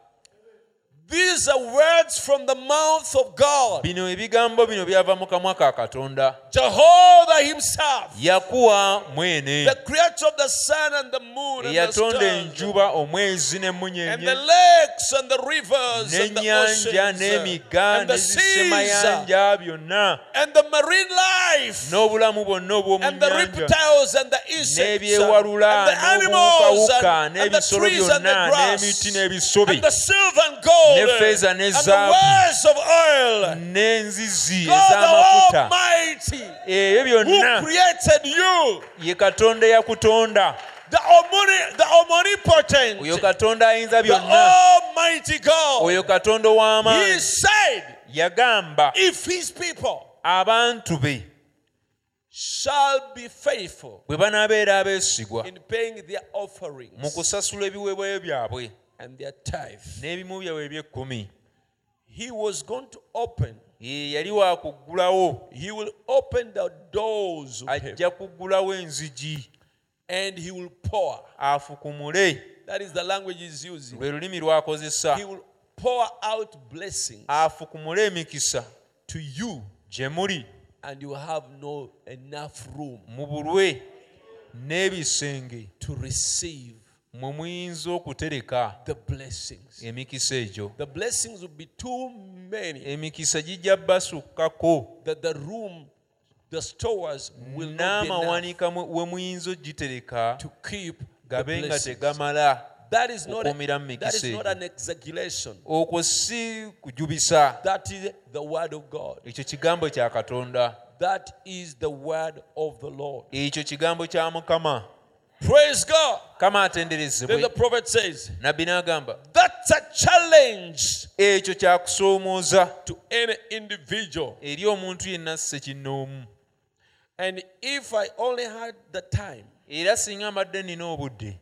These are words from the mouth of God.
bino ebigambo bino byava mu kamwa ka katonda
Jehovah Himself,
yakuwa mwene
the creator of the sun and the moon and the
eyatonda
stars.
enjuba omwezi
And the
n'emmunyeenye
lakes and the rivers and the oceans
n'ennyanja n'emigga
and the seas
n'ezisemayanja byonna
and the marine life
n'obulamu bwonna obw'omu
and the
nnyanja
reptiles and the insects and
n'ebyewalula
the animals
n'obuwukawuka
and, and the
n'ebisolo
trees and
byonna
the
n'emiti
grass
n'ebisubi
and the silver and gold
n'effeeza
and the
n'ezaabu.
wells of oil.
n'enzizi
God the
ez'amafuta
Almighty
ebyo
who
byonna
created you,
ye katonda eyakutonda
the, omni, the omnipotent,
oyo katonda ayinza
the
byonna
Almighty God.
oyo katonda
He
ow'amaanyi
said,
yagamba
if His people
abantu be
shall be faithful
bwe banaabeera abeesigwa
in paying their
mu
offerings
kusasula ebiweebwayo byabwe
and their tithe.
n'ebimu byabwe eby'ekkumi
He was going to open,
ye yali waakuggulawo
he will open the doors of heaven
ajja kuggulawo enzigi
and he will pour.
afukumule
That is the language he's using.
lwe lulimi lw'akozesa
He will pour out blessing
afukumule emikisa to you gye muli
and you have no enough room
mubulwe n'ebisenge
to receive
mwe muyinza okutereka
the blessings.
emikisa egyo
The blessings will be too many
emikisa gijja basukkako
that the room, the stores will not be enough
n'amawanika mwe- we muyinza ogitereka
to keep the
gabe nga
blessings.
tegamala
That is not,
Okukuumira mu
that is
mikisa
not
egyo.
an exaggeration.
okwo si kujubisa
That is the word of God.
ekyo kigambo kya katonda
That is the word of the Lord.
ekyo kigambo kya mukama
Praise God.
kama
Then the
atenderezebwe
prophet says,
nabbi n'agamba
That's a challenge
ekyo kyakusoomooza
to any individual.
eri omuntu yenna sekinnoomu
And if I only had the time
era singa mbadde nina obudde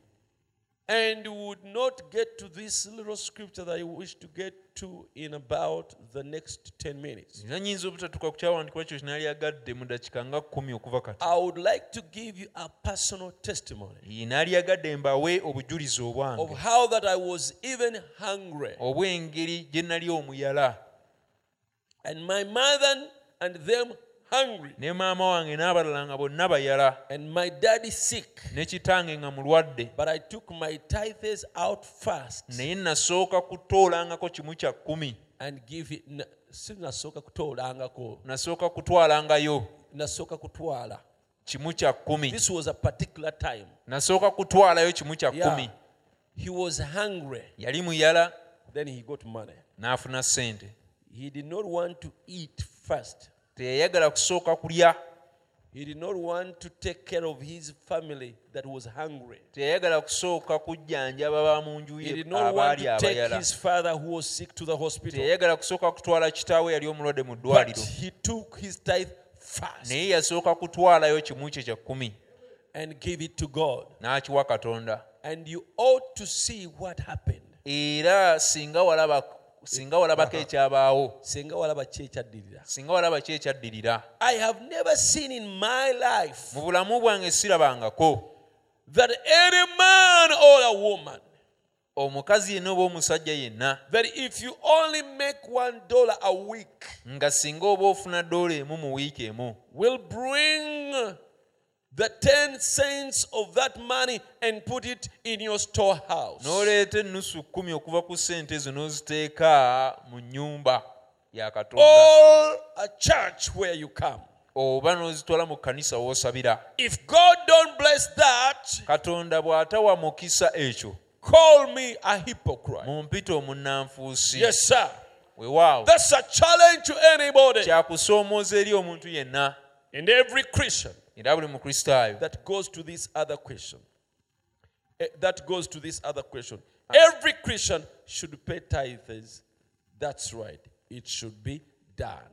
And we would not get to this little scripture that I wish to get to in about the next 10 minutes.
era nyinza obutatuuka ku kyawandiikibwa ekyo kyenaali agadde mu dakiika nga kkumi okuva kati
I would like to give you a personal testimony
naali agadde mbawe obujulizi obwange
of how that I was even hungry.
obw'engeri gye nali omuyala
And my mother and them hungry.
ne maama wange n'abalala nga bonna bayala
And my daddy sick.
ne kitange nga mulwadde
But I took my tithes out first
naye nasooka kutoolangako kimu kya kkumi
and give it. na- Sinasoka kutolangako.
nasooka kutwalangayo
Nasoka kutwala.
kimu kya kkumi
This was a particular time.
nasooka kutwalayo kimu kya
Yeah.
kkumi
He was hungry.
yali muyala
Then he got money.
n'afuna ssente
He did not want to eat first.
teyayagala kusooka kulya
He did not want to take care of his family that was hungry.
teyayagala kusooka kujjanjaba ba mu nju
He
ye
did not want
abaali
to take
abayala
his father who was sick to the hospital.
teyayagala kusooka kutwala kitaawe yali omulwadde mu
But
ddwaliro
he took his tithe first
naye yasooka kutwalayo kimu kye kya kkumi
and gave it to God.
n'akiwa katonda
And you ought to see what happened.
era singa walaba singa walabako ekyabaawo
Singa walaba ki ekyaddirira.
singa walaba ki ekyaddirira
I have never seen in my life
mu bulamu bwange sirabangako
that any man or a woman
omukazi yenna oba omusajja yenna
that if you only make one dollar a week
nga singa oba ofuna dola emu mu wiiki emu
will bring the 10 cents of that money and put it in your storehouse.
n'oleeta ennusu kkumi okuva ku ssente ezo n'oziteeka mu nnyumba ya katonda
All a church where you come.
oba n'ozitwala mu kkanisa w'osabira
If God don't bless that,
katonda bw'atawa mukisa ekyo
call me a hypocrite.
mu mpita omunnanfuusi
Yes, sir.
weewaawo
That's a challenge to
<laughs>
anybody
kyakusoomooza eri omuntu yenna
and every Christian
era buli mukristaayo
that goes to this other question. Eh, That goes to this other question. Every Christian should pay tithes. That's right. It should be done.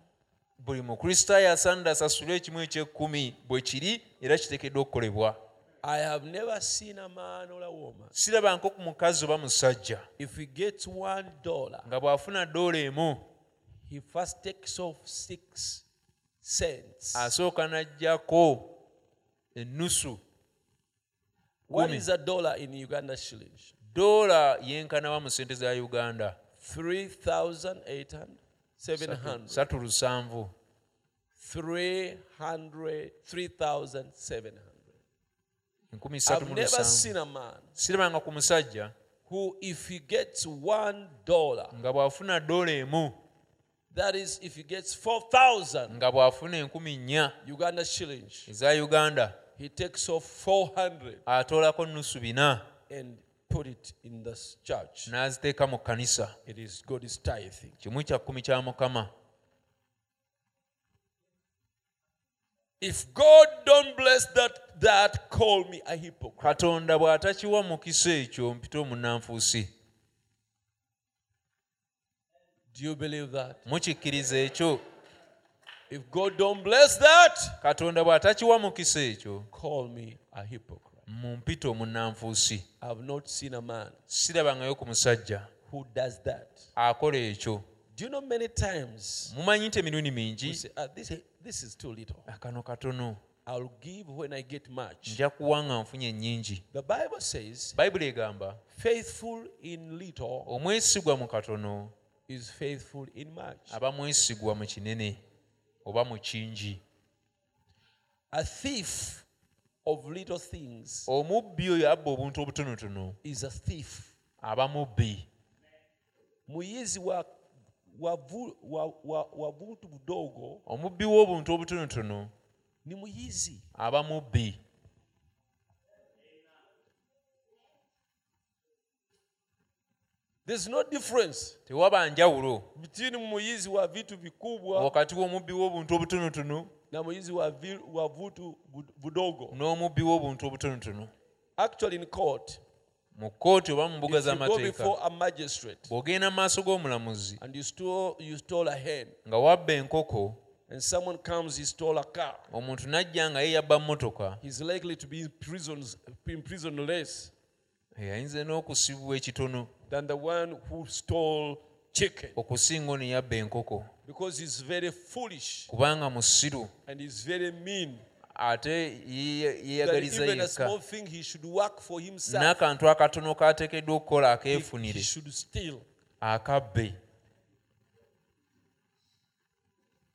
buli mukristaayo asanira asasule ekimu ekyekkumi bwe kiri era kiteekeddwa okukolebwa
I have never seen a man or a woman.
sirabanko ku mukazi oba musajja
If he gets one dollar,
nga bw'afuna dola emu
he first takes off six cents.
asooka n'ajjako ennusu
What
kumi.
is a dollar in Uganda shillings?
dola yenkana wa mu ssente za uganda
3,800, 700.
satu lusanvu
300, 3,700.
enkumi satu
I've
mu
never
lusanvu
seen a man
sirabanga ku musajja
who, if he gets one dollar,
nga bw'afuna dola emu
that is, if he gets 4,000
nga bw'afuna enkumi nnya
Uganda shillings,
eza uganda
he takes off 400
atoolako nusu bina
and put it in the church.
n'aziteeka mu kkanisa
It is God is tithing.
kimu kya kkumi kya mukama
If God don't bless that, that call me a hypocrite.
katonda bw'atakiwa mukisa ekyo mpita omunnanfuusi
Do you believe that?
mukikkiriza ekyo
If God don't bless that,
katonda bw'atakiwa mukisa ekyo
call me a hypocrite.
mu mpita omunnanfuusi
I've not seen a man
sirabangayo ku musajja
who does that.
akola ekyo
Do you know many times
mumanyi nti emirundi
you
mingi
say, "Ah, this, this is too little.
akano katono
I'll give when I get much.
nja kuwa nga nfunye nnyingi
The Bible says,
bayibuli egamba
faithful in little
omwesigwa mu katono
is faithful in much.
aba mwesigwa mu kinene oba mu kingi
A thief of little things
omubbi oyo abba obuntu obutonotono
is a thief.
aba mubbi
muyizi wa, wa, vu- wa, wa, wa buntu budogo
omubbi w'obuntu obutonotono
ni muyizi
aba mubbi
there's no difference
tewaba njawulo
between muyizi wa vitu vikubwa
wakati w'omubbi w'obuntu obutonotono
na muyizi wa, vi, wa vutu bud- budogo
n'omubbi w'obuntu obutonotono
actually in court
mu kkooti oba mu mbuga
if you go
z'amateeka
before a magistrate
bw'ogenda mu maaso g'omulamuzi
and you stole, you stole a hen
nga wabba enkoko
and someone comes he stole a car
omuntu n'ajja nga ye yabba mmotoka
he's likely to be in prison, in prison less
Eh, ayinza n'okusibwa ekitono
than the one who stole chicken
okusinga ono yabba enkoko
because he's very foolish
kubanga musiru
and he's very mean.
ate ye-
That
yeeyagaliza
even a
yekka
small thing he should work for himself,
n'akantu akatono k'ateekeddwa okukola
he,
akeefunire
he should steal.
akabbe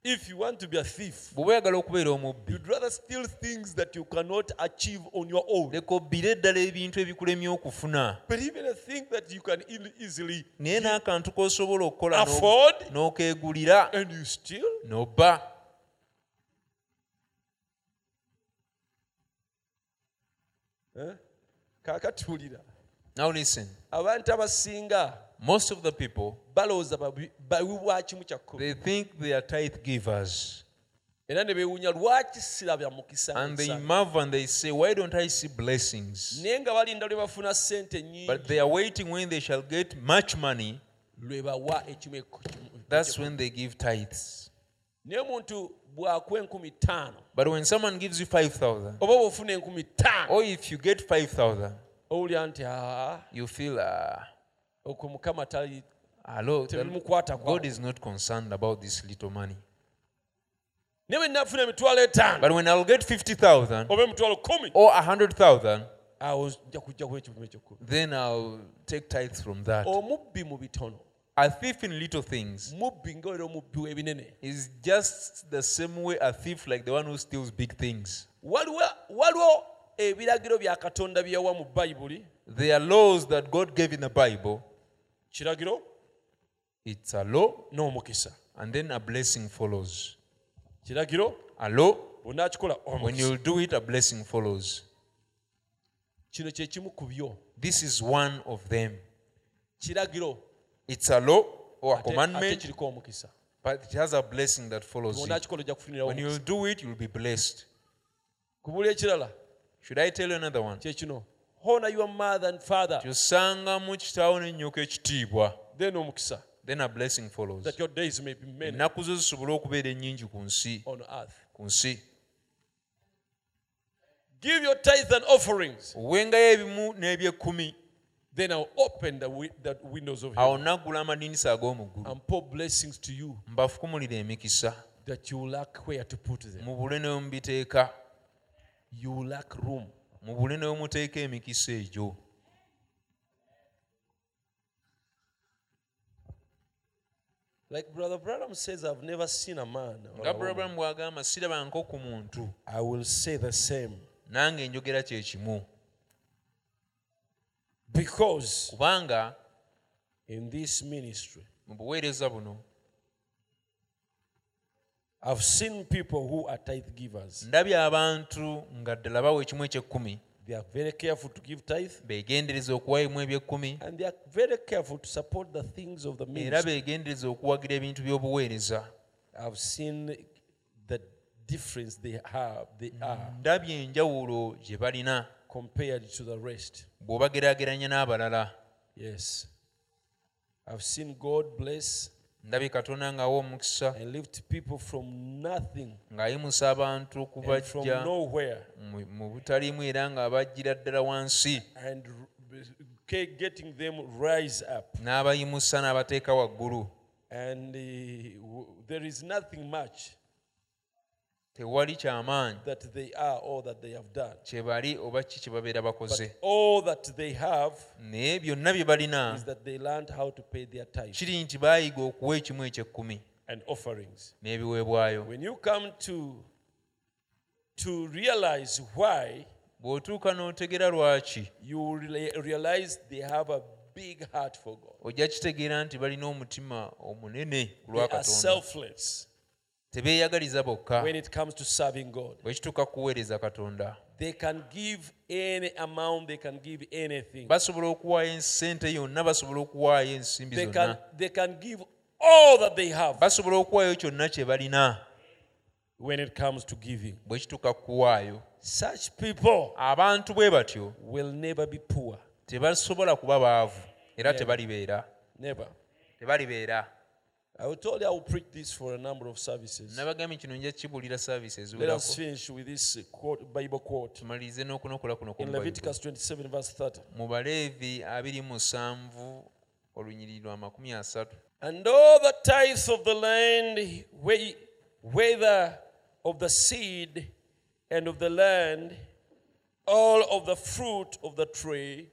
If you want to be a thief,
bw'oba oyagala okubeera omubbi
you'd rather steal things that you cannot achieve on your own.
leka obbire eddala ebintu ebikulemye okufuna
But even a thing that you can ill- easily
naye n'akantu k'osobola okukola n'o-
afford
n'okeegulira
and you steal,
n'obba
kakatulira.
now listen
Abantu abasinga
most of the people
balowooza babi- bawiwa kimu kyakkumi
they think they are tithe givers
era ne beewuunya lwaki sira bya mukisa
and they
nsa?"
marvel and they say why don't i see blessings
naye nga balinda lwe bafuna ssente nyingi
but they are waiting when they shall get much money
lwe bawa ekimu eko- kimu-
that's when they give tithes
naye omuntu bw'akwa enkumi ttaano
but when someone gives you 5000
oba bwofuna enkumi ttaano
or if you get 5000
owulira nti "Ah,
you feel uh,
okwo mukama tali
hello
tebimukwata kwa
god is not concerned about this little money
naye bwe nafuna emitwalo etaano
but when i'll get 50000
oba emitwalo kumi
or 100000
awo nja kujja kuba ekipimo ekyokumi
then i'll take tithes from that
omubbi mu bitono
a thief in little things
mubbi ngaera omubbi w'ebinene
is just the same way a thief like the one who steals big things.
waliwo waliwo ebiragiro bya katonda bye yawa mu bayibuli
There are laws that God gave in the Bible.
kiragiro
It's a law,
n'omukisa
and then a blessing follows.
kiragiro
A law,
bw'onaakikola
when
omukisa
you do it, a blessing follows.
kino kye kimu ku byo
This is one of them.
kiragiro
It's a law or
ate-
a
ate
commandment,
kiriko omukisa
but it has a blessing that follows it.
bw'onaakikola ojja kufunirawo
When you do it, you'll be blessed.
ku buli ekirala
Should I tell you another one?
kye kino hona your mother and father
Tosangamu kitaawo ne nnyoko ekitiibwa,
then omukisa
Then a blessing follows.
that your days may be many
Ennaku zo zisobole okubeera ennyingi ku nsi.
on earth
Ku nsi.
give your tithes and offerings
owengayo ebimu n'eby'ekkumi
then i'll open the, wi- the windows of
awo
heaven
naggula amadinisa ag'omu ggulu
and pour blessings to you
mbafukumulira emikisa
that you lack where to put them
mubule ne we mubiteeka
you lack room
mubule ne we muteeka emikisa egyo
like brother branham says i've never seen a man or
nga
a woman.
burabamu bw'agamba sirabanko ku muntu
i will say the same
nange njogera kye kimu
because
kubanga
in this ministry
mu buweereza buno
i've seen people who are tithe givers
ndabye abantu nga ddala bawa ekimu eky'ekkumi
they are very careful to give tithe
beegendereza okuwa emu eby'ekkumi
and they are very careful to support the things of the
era
ministry
beegendereza okuwagira ebintu by'obuweereza
i've seen the difference they have they are
ndabye enjawulo gye balina
compared to the rest
bw'obageraageranya n'abalala
yes i've seen god bless
ndabye katonda ng'awa omukisa
and lift people from nothing
ng'ayimusa abantu
and from
okubajja
nowhere
mu- mu butaliimu era ng'abajjira ddala wansi
and r- ke- getting them rise up
n'abayimusa n'abateeka waggulu
and uh, w- there is nothing much
tewali kyamaanyi
that they are or that they have done
kye bali oba ki kye babeera
but
bakoze
all that they have
naye byonna bye balina
is that they learned how to pay their tithe
kiri nti baayiga okuwa ekimu eky'ekkumi
and offerings
n'ebiweebwayo
when you come to to realize why
bw'otuuka n'otegera lwaki
you will rela- realize they have a big heart for god
ojja kitegeera nti balina omutima omunene ku lwa
they are
katonda
selfless
tebeeyagaliza bokka
when it comes to serving god
bwe kituuka ku kuweereza katonda
they can give any amount they can give anything
basobola okuwaayo ensente yonna basobola okuwaayo ensimbi
they can
zonna
they can give all that they have
basobola okuwaayo kyonna kye balina
when it comes to giving
bwe kituuka ku kuwaayo
such people
abantu bwe batyo
will never be poor
tebasobola kuba baavu era tebalibeera
never
tebalibeera
I will tell you I will preach this for a number of services.
nabagambye kino nja kibuulira saavisi
Let us
eziwerako
finish with this uh, quote, Bible quote
tumalirize n'okunokola kuno ku
in
Bible.
Leviticus 27, verse 30.
mu baleevi abiri musanvu olunyiriri lwa makumi asatu
And all the tithes of the land, whe- whether of the seed and of the land, all of the fruit of the tree.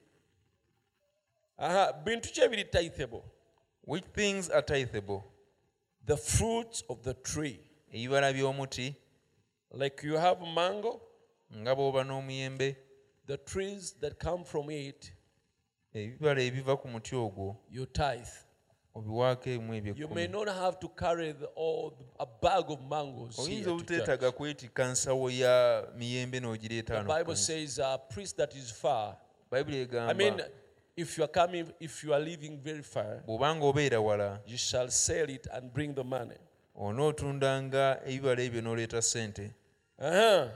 Aha, bintu ki ebiri tithable?
which things are tithable
The fruits of the tree.
ebibala by'omuti
Like you have mango,
nga bw'oba n'omuyembe
the trees that come from it,
ebibala ebiva ku muti ogwo
you tithe.
obiwaako ebimu
You may
ebyekkumi
not have to carry the, all a bag of mangoes. here
oyinza
to church.
obuteetaaga kwetikka nsawo ya miyembe n'ogireeta
The
hano
Bible
ku-
says a priest that is far.
bayibuli
I mean,
egamba
if you are coming, if you are living very far,
bw'obanga obeera wala
you shall sell it and bring the money.
onootundanga ebibala ebyo n'oleeta ssente
Uh-huh.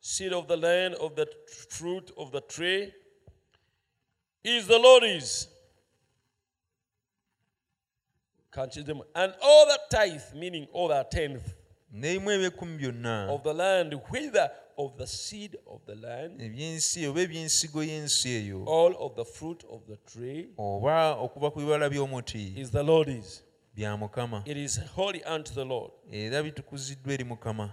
Seed of the land, of the fruit of the tree, is the Lord's. Can't you them? And all the tithe, meaning all the tenth
n'ebimu eby'ekkumi byonna
of the land, whether of the seed of the land,
ebyensi oba ebyensigo y'ensi eyo
all of the fruit of the tree,
oba okuva ku bibala by'omuti
is the Lord's.
bya mukama
It is holy unto the Lord.
era bitukuziddwa eri mukama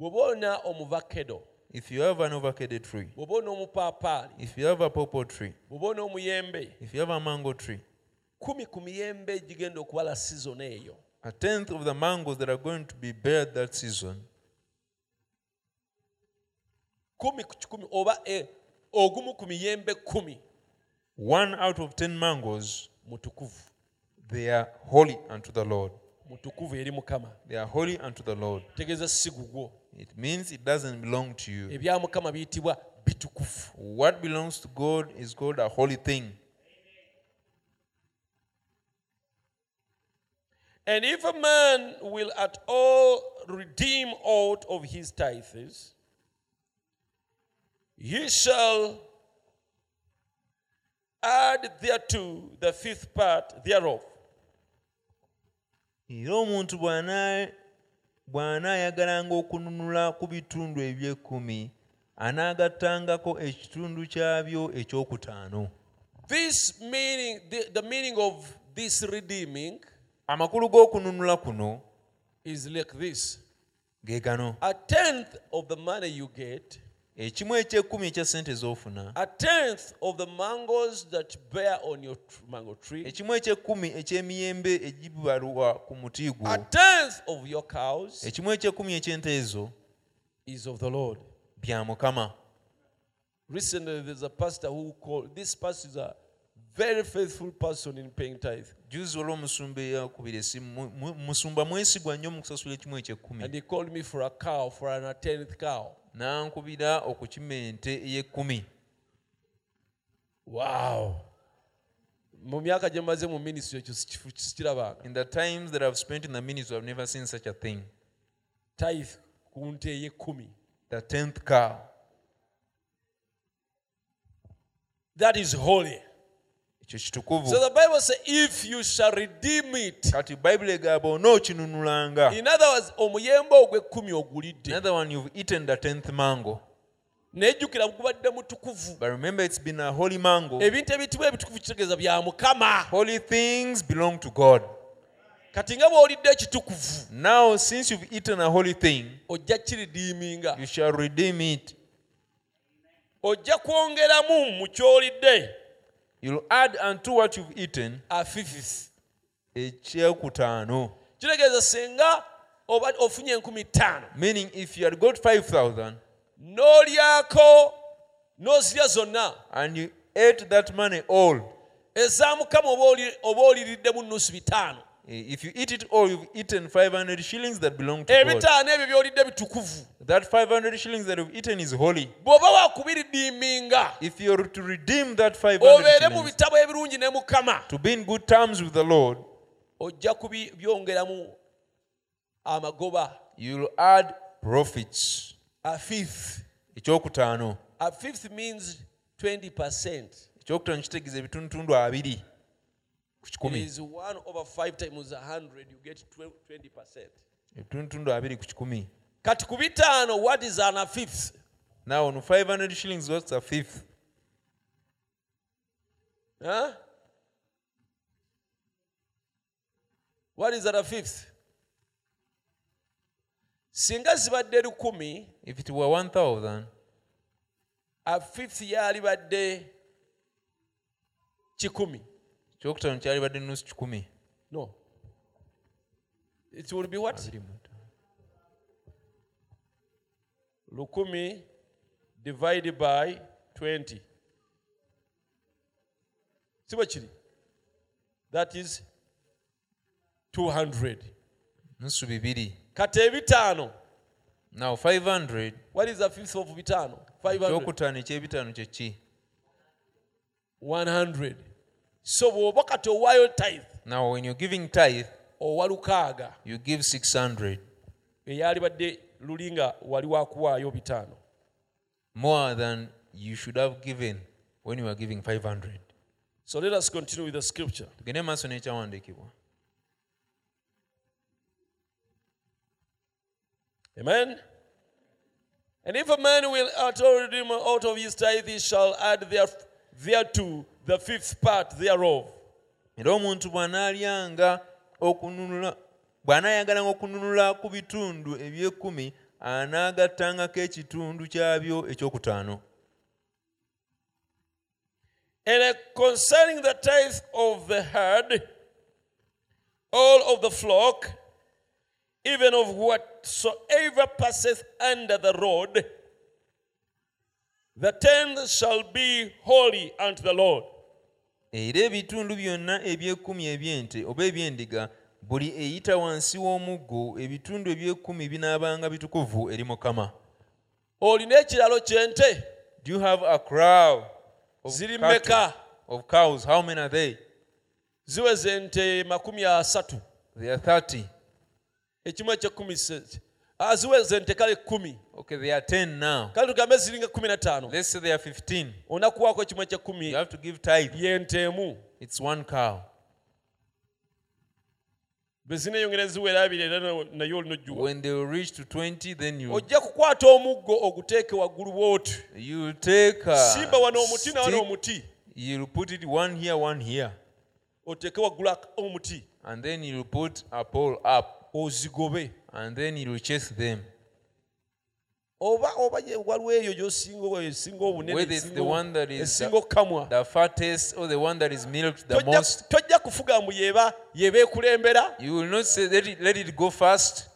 bw'oba olina omuvakedo
if you have an overcade tree
bw'oba olina omupaapaali
if you have a popo tree
bw'oba olina omuyembe
if you have a mango tree
kumi ku miyembe egigenda okubala sizoni eyo
a tenth of the mangoes that are going to be bared that season
kumi ku kikumi oba eh, ogumu ku miyembe kumi
one out of ten mangoes
mutukuvu
they are holy unto the lord
mutukuvu eri mukama
they are holy unto the lord
tegeeza si gugwo
it means it doesn't belong to you
ebya mukama biyitibwa bitukuvu
what belongs to god is called a holy thing
and if a man will at all redeem out of his tithes he shall add thereto the fifth part thereof
era omuntu bw'ana- bw'anaayagalanga okununula ku bitundu eby'ekkumi anaagattangako ekitundu kyabyo ekyokutaano
This meaning, the, the meaning of this redeeming
amakulu g'okununula kuno
is like this
ge gano
a tenth of the money you get,
ekimu eky'ekkumi ekya ssente z'ofuna
a tenth of the mangoes that bear on your tr- mango tree,
ekimu eky'ekkumi eky'emiyembe egibalwa ku muti gwo
a tenth of your cows
ekimu eky'ekkumi eky'ente ezo
is of the Lord.
bya mukama
Recently, there's a pastor who called, this pastor is a very faithful person in paying tithe.
juzi olw'omusumba eyakubira esimu mu- mu- musumba mwesigwa nnyo mu kusasula ekimu eky'ekkumi
And he called me for a cow, for an a tenth cow.
n'ankubira okukima ente ey'ekkumi
Wow. Mu myaka gye mmaze mu ministry ekyo sikifu- sikirabanga.
In the times that I've spent in the ministry, I've never seen such a thing.
tithe ku nte ey'ekkumi
The tenth cow.
that is holy
ekyo
so
kitukuvu
the bible says if you shall redeem it
kati bayibuli egamba onookinunulanga
in other words omuyembe ogw'ekkumi ogulidde
another one you've eaten the tenth mango
nejjukira gubadde mutukuvu
but remember it's been a holy mango
ebintu ebitibwa ebitukuvu kitegeeza bya mukama
holy things belong to god
kati nga bw'olidde ekitukuvu
now since you've eaten a holy thing
ojja kiridiiminga
you shall redeem it
ojja kwongeramu mu ky'olidde
you'll add unto what you've eaten
afifisi
ekyokutaano
kitegeeza singa oba ofunye enkumi ttaano
meaning if you had got 5000
n'olyako n'ozirya zonna
and you ate that money all
eza mukama oba oli- oba oliriddemu nnusu bitaano
eh, If you eat it all, you've eaten 500 shillings that belong to God.
ebitaano ebyo byolidde bitukuvu
That 500 shillings that you've eaten is holy.
bw'oba wakubiridiiminga
If you're to redeem that 500
obeere mu
shillings,
bitabo ebirungi ne mukama
to be in good terms with the Lord,
ojja kubi- byongeramu amagoba
you'll add profits.
a fifth
ekyokutaano
a fifth means 20 percent
ekyokutaano kitegeeza ebitundutundu abiri ku
It
kikumi
is 1 over 5 times 100, you get 12, 20%.
ebitundutundu abiri ku kikumi
kati ku bitaano what is an a fifth
now on 500 shillings what's a fifth
huh? what is an a fifth singa zibadde lukumi
if it were 1000
a fifth yalibadde kikumi
ekyokutaano kyalibadde nusu kikumi
no it will be what
Abiri mu ttaano.
lukumi divided by 20 si bwe kiri that is 200
nusu bibiri
kati ebitaano
now 500
what is the fifth of bitaano 500
ekyokutaano ekyebitaano kyeki
100 so bw'oba kati owaayo tithe
now when you're giving tithe
owa lukaaga
you give 600
eyalibadde luli nga wali wakuwaayo bitaano
more than you should have given when you are giving 500
so let us continue with the scripture
tugende maaso n'ekyawandiikibwa
Amen. And if a man will utter him out of his tithe, he shall add there, thereto the fifth part thereof.
era omuntu bw'anaalyanga okununula bw'anaayagalanga okununula ku bitundu eby'ekkumi anaagattangako ekitundu kyabyo ekyokutaano
And uh, concerning the tithe of the herd, all of the flock, even of whatsoever passeth under the road, the tenth shall be holy unto the Lord.
era ebitundu byonna eby'ekkumi eby'ente oba eby'endiga buli eyita wansi w'omuggo ebitundu eby'ekkumi binaabanga bitukuvu eri mukama
olina ekiralo kyente
do you have a crowd of
ziri
cattle-
mmeka
of cows how many are they
ziweze ente makumi asatu
they are 30
ekimu ekyekumi se- ah, ziweze ente kale kumi
okay they are 10 now
kale tugambe ziringa kumi na ttaano
let's say they are 15
onakuwaako ekimu
you
ekyekumi
have to give tithe
y'ente emu
it's one cow
bwe zineeyongera ziwera abiri era na- naye olina ojjuwa
when they will reach to 20 then you
ojja kukwata omuggo oguteeke waggulu bw'oti
you take a
simba wano omuti na wano
stick,
omuti
you'll put it one here one here
oteeke waggulu ak- omuti
and then you'll put a pole up
ozigobe
and then you'll chase them
oba oba ye- waliwo eyo gyosinga esinga
Whether
obunene
it's
esinga
the one that
o-
is
esinga okukamwa
the fattest or the one that is milked the
Tojja-
most
tojja kufuga mbu yeba yeba ekulembera
you will not say let it, let it go fast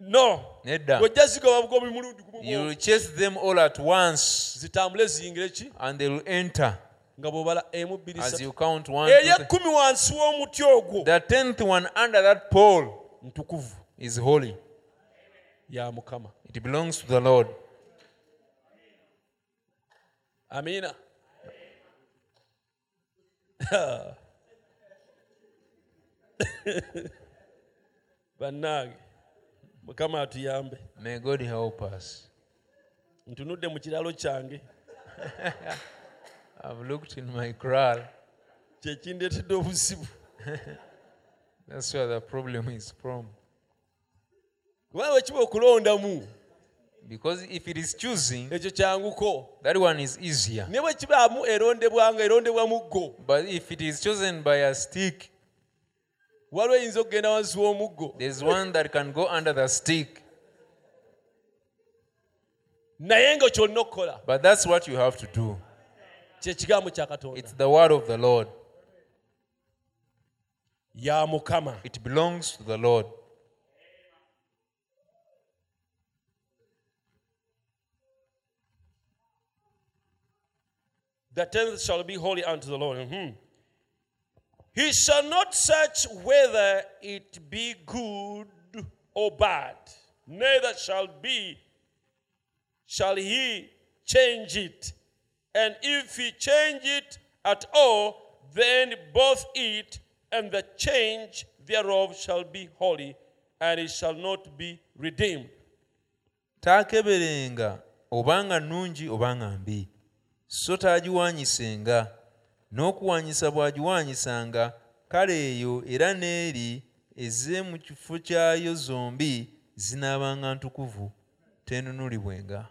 no
Nedda.
bwojja zigoba bugobi mulundi gumu
you
bw'omu.
will chase them all at once
zitambule ziyingire ki
and they will enter
nga bw'obala emu bbiri
as
satu.
you count one two, three.
ey'ekkumi wansi w'omuti ogwo
the tenth one under that pole
ntukuvu
is holy
ya mukama
it belongs to the lord
amiina <laughs> bannange mukama atuyambe
may god help us
ntunudde mu kiralo kyange
I've looked in my kraal.
kyekindeetedde obuzibu
That's where the problem is from.
kubanga bwe kiba okulondamu
Because if it is choosing,
ekyo kyanguko
that one is easier.
naye bwe kibaamu erondebwanga erondebwa muggo
But if it is chosen by a stick,
waliwo eyinza okugenda wansi w'omuggo
there's one that can go under the stick.
naye nga kyolina okukola
But that's what you have to do.
kyekigambo kya katonda
It's the word of the Lord.
ya mukama
It belongs to the Lord.
the tenth shall be holy unto the lord Mhm. he shall not search whether it be good or bad neither shall be shall he change it and if he change it at all then both it and the change thereof shall be holy and it shall not be redeemed
taakeberenga obanga nnungi obanga mbi so taagiwanyisenga n'okuwanyisa bw'agiwanyisanga kale eyo era n'eri ez'e mu kifo kyayo zombi zinaabanga ntukuvu teenunulibwenga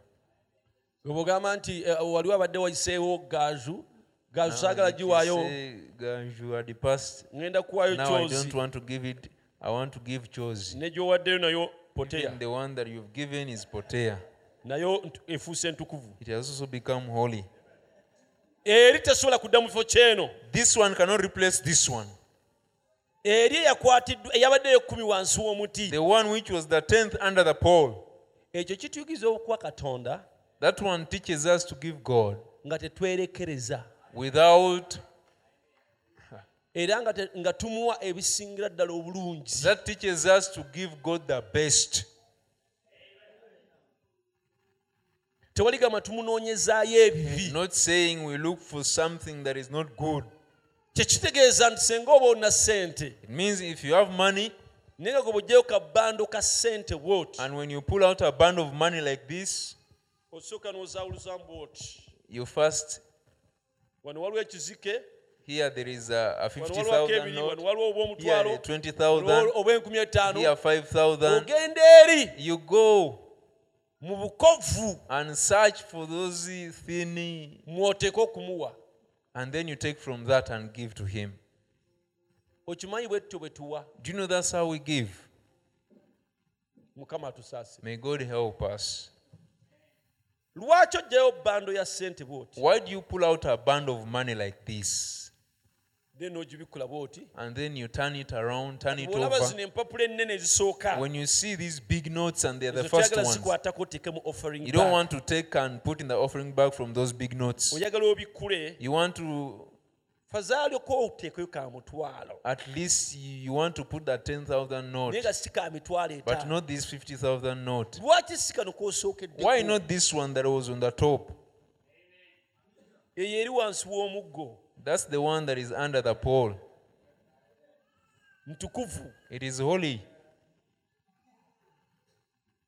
bwe bwogamba nti eh, waliwo abadde wayiseewo gaaju gaaju
Ah,
saagala giwaayo
Say, "God, you are the past.
ŋŋenda kuwaayo
Now I
kyozi
don't want to give it. I want to give chozi.
ne gyowaddeyo nayo poteya
And the one that you've given is potea.
nayo ntu- efuuse entukuvu
It has also become holy.
eri tesobola kudda mu kifo kyeno
This one cannot replace this one.
eri eyakwatiddwa eyabaddeyo ekkumi wansi w'omuti
The one which was the tenth under the pole.
ekyo kituyigiriza okuwa katonda
That one teaches us to give God
nga tetwerekereza
without.
era nga te- nga tumuwa ebisingira ddala obulungi
That teaches us to give God the best.
tewali gamba tumunoonyezaayo ebibi
Not saying we look for something that is not good.
kyekitegeeza nti senga oba olina ssente
It means if you have money
naye nga gwe bw'oggyayo kabbando ka ssente bwoti
and when you pull out a band of money like this,
osooka n'ozaawuluzamu bwoti
you first
wano waliwo ekizike
Here there is a, a
wano waliwo
50,000
akebiri wano
note.
waliwo
Here
obw'omutwalo
a 20,000.
oba enkumi
Here
etaano
5,000.
ogenda eri
You go
mu bukovu
and search for those eh, thin
mwoteeka okumuwa
and then you take from that and give to him.
okimanyi bwe tutyo bwe tuwa
Do you know that's how we give?
mukama atusaasire
May God help us.
lwaki ogyayo bando ya ssente bw'oti
Why do you pull out a band of money like this
then n'ogibikkula bw'oti
and then you turn it around, turn it
bw'olaba
over?
zino empapula ennene ezisooka
When you see these big notes and they're the
ezo
first
toyagala
ones,
zikwatako oteekemu offering
you don't
bag.
want to take and put in the offering bag from those big notes.
oyagala obikkule
You want to
fazaali okowa oteekeyo ka mutwalo
at least you you want to put that 10,000 note,
naye nga si ka mitwalo
but
etaano
not this 50,000 note.
lwaki si kano kosookedde
Why not this one that was on the top?
eyo eri wansi w'omuggo
That's the one that is under the pole.
ntukuvu
It is holy.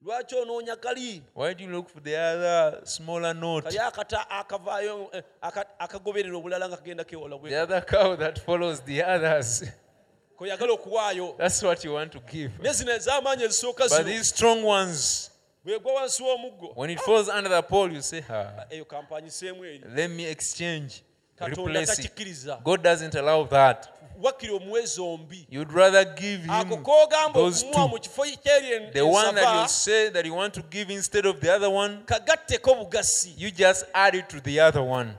lwaki onoonya kali
Why do you look for the other smaller note,
kali akata akavaayo eh, aka- akagoberera obulala nga kagenda kewola
the
bwe
other cow that follows the others? <laughs>
koyagala okuwaayo
That's what you want to give.
ne zino ez'amaanyi ezisooka
But
zino
these strong ones,
bwegwa wansi w'omuggo
when it falls under the pole, you say, ah,
eyo kampanyiseemu eri
let me exchange,
katonda
replace it.
takikkiriza
God doesn't allow that.
wakiri omuwe zombi
You'd rather give
ako
him
koogamba
those
okumuwa
two.
mu kifo kyeri
The one that you
ensava
say that you want to give instead of the other one,
kagatteko bugasi
you just add it to the other one.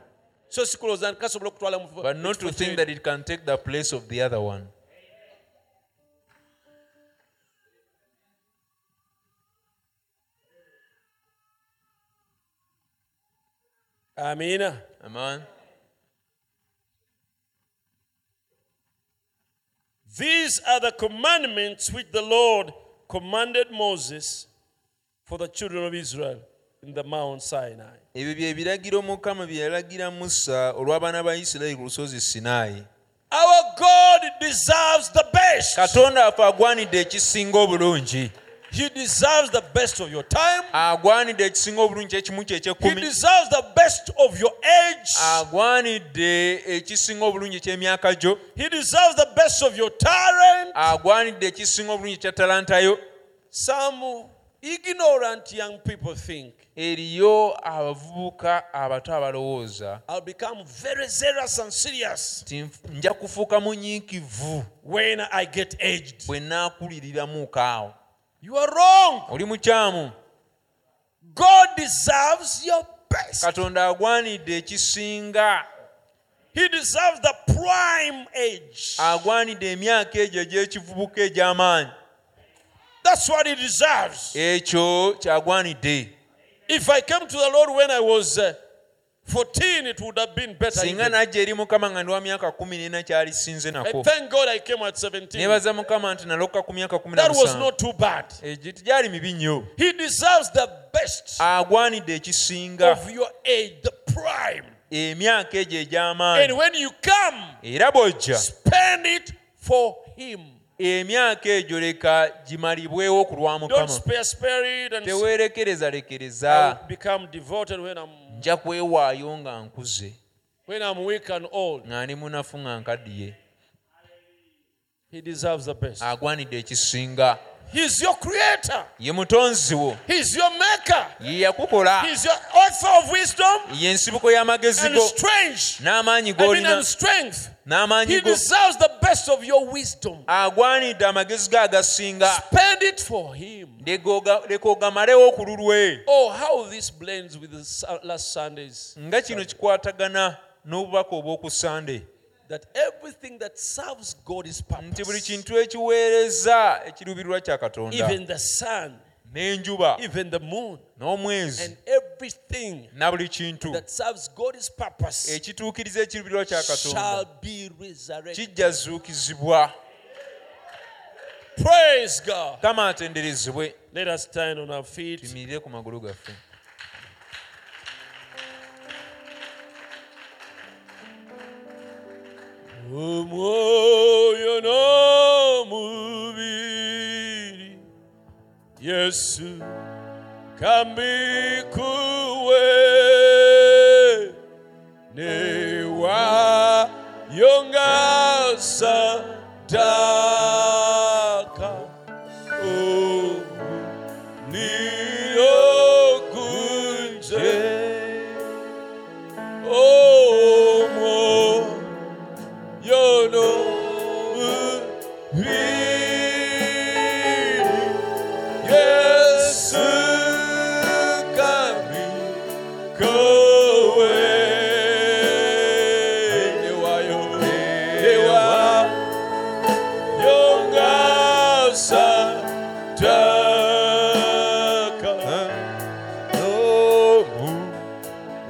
so sikulowooza nti kasobola okutwala mu kifo-
But
mu
not to
kifo
think
kyeri
that it can take the place of the other one.
amiina
Amen.
These are the commandments which the Lord commanded Moses for the children of Israel in the Mount Sinai.
ebyo bye biragiro mukama bye yalagira musa olw'abaana ba isirayiri ku lusozi sinaayi
Our God deserves the best.
katonda afe agwanidde ekisinga obulungi
He deserves the best of your time.
agwanidde ekisinga obulungi ekimu kye
He
ekyekumi
deserves the best of your
Um,
age.
agwanidde ekisinga obulungi eky'emyaka gyo
He deserves the best of your talent.
agwanidde ekisinga obulungi ekya talantayo
Some ignorant young people think
eriyo abavubuka abato abalowooza
I'll become very zealous and serious
nti nf- nja kufuuka munyiikivu
when I get aged.
bwe naakuliriramuuko awo
You are wrong.
oli mukyamu
God deserves your best.
katonda agwanidde ekisinga
He deserves the prime age.
agwanidde emyaka egyo egy'ekivubuka egy'amaanyi
That's what he deserves.
ekyo kyagwanidde
If I came to the Lord when I was uh, 14, it would have been better.
singa
even.
najja eri mukama nga ndi wa myaka kumi n'ena kyalisinze
And
nako
thank God I came at 17.
neebaza mukama nti naloka ku myaka kumi na
That was
musanvu
not too bad.
egyo tegyali mibi nnyo
He deserves the best
agwanidde ekisinga
of your age, the prime.
emyaka egyo
And
egy'amaanyi
when you come,
era bw'ojja
spend it for him.
emyaka egyo leka gimalibwewo ku lwa
Don't
mukama
spare, spare it and say,
teweerekereza
"I
lekereza
will become devoted when I'm.
nja kwewaayo nga nkuze
When I'm weak and old,
nga ndi munafu nga nkaddiye
He deserves the best.
agwanidde ekisinga
He's your creator,
ye mutonzi wo
He's your maker,
ye yakukola
He's your author of wisdom
ye nsibuko y'amagezi
and
go
strength. I mean,
n'amaanyi g'olina
and strength.
n'amaanyi
He
go
deserves the best of your wisdom.
agwanidde amagezi ge agasinga
Spend it for Him.
Leka oga- leka ogamalewo ku lulwe
Oh, how this blends with the su- last Sundays.
nga kino kikwatagana n'obubaka obw'oku sande
That everything that serves God is
nti buli
purpose.
kintu ekiweereza ekiruubirirwa kya katonda
Even the sun,
n'enjuba
even the moon,
n'omwezi
and everything
na buli kintu
that serves God's purpose
ekituukiriza ekiruubirirwa kya katonda
shall be resurrected.
kijja zuukizibwa
Praise God.
kama atenderezebwe
Let us stand on our feet.
tuyimirire ku magulu gaffe
omwoyo n'omubiri yesu kambikuwe newaayo sadaka Oh, oguliyogunje omwoyo yono hwiri yesu kami kowe newayo newa yongasa taka nomu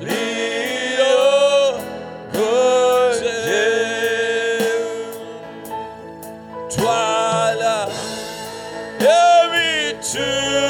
Rio Gojeu Twala Yemi Tzu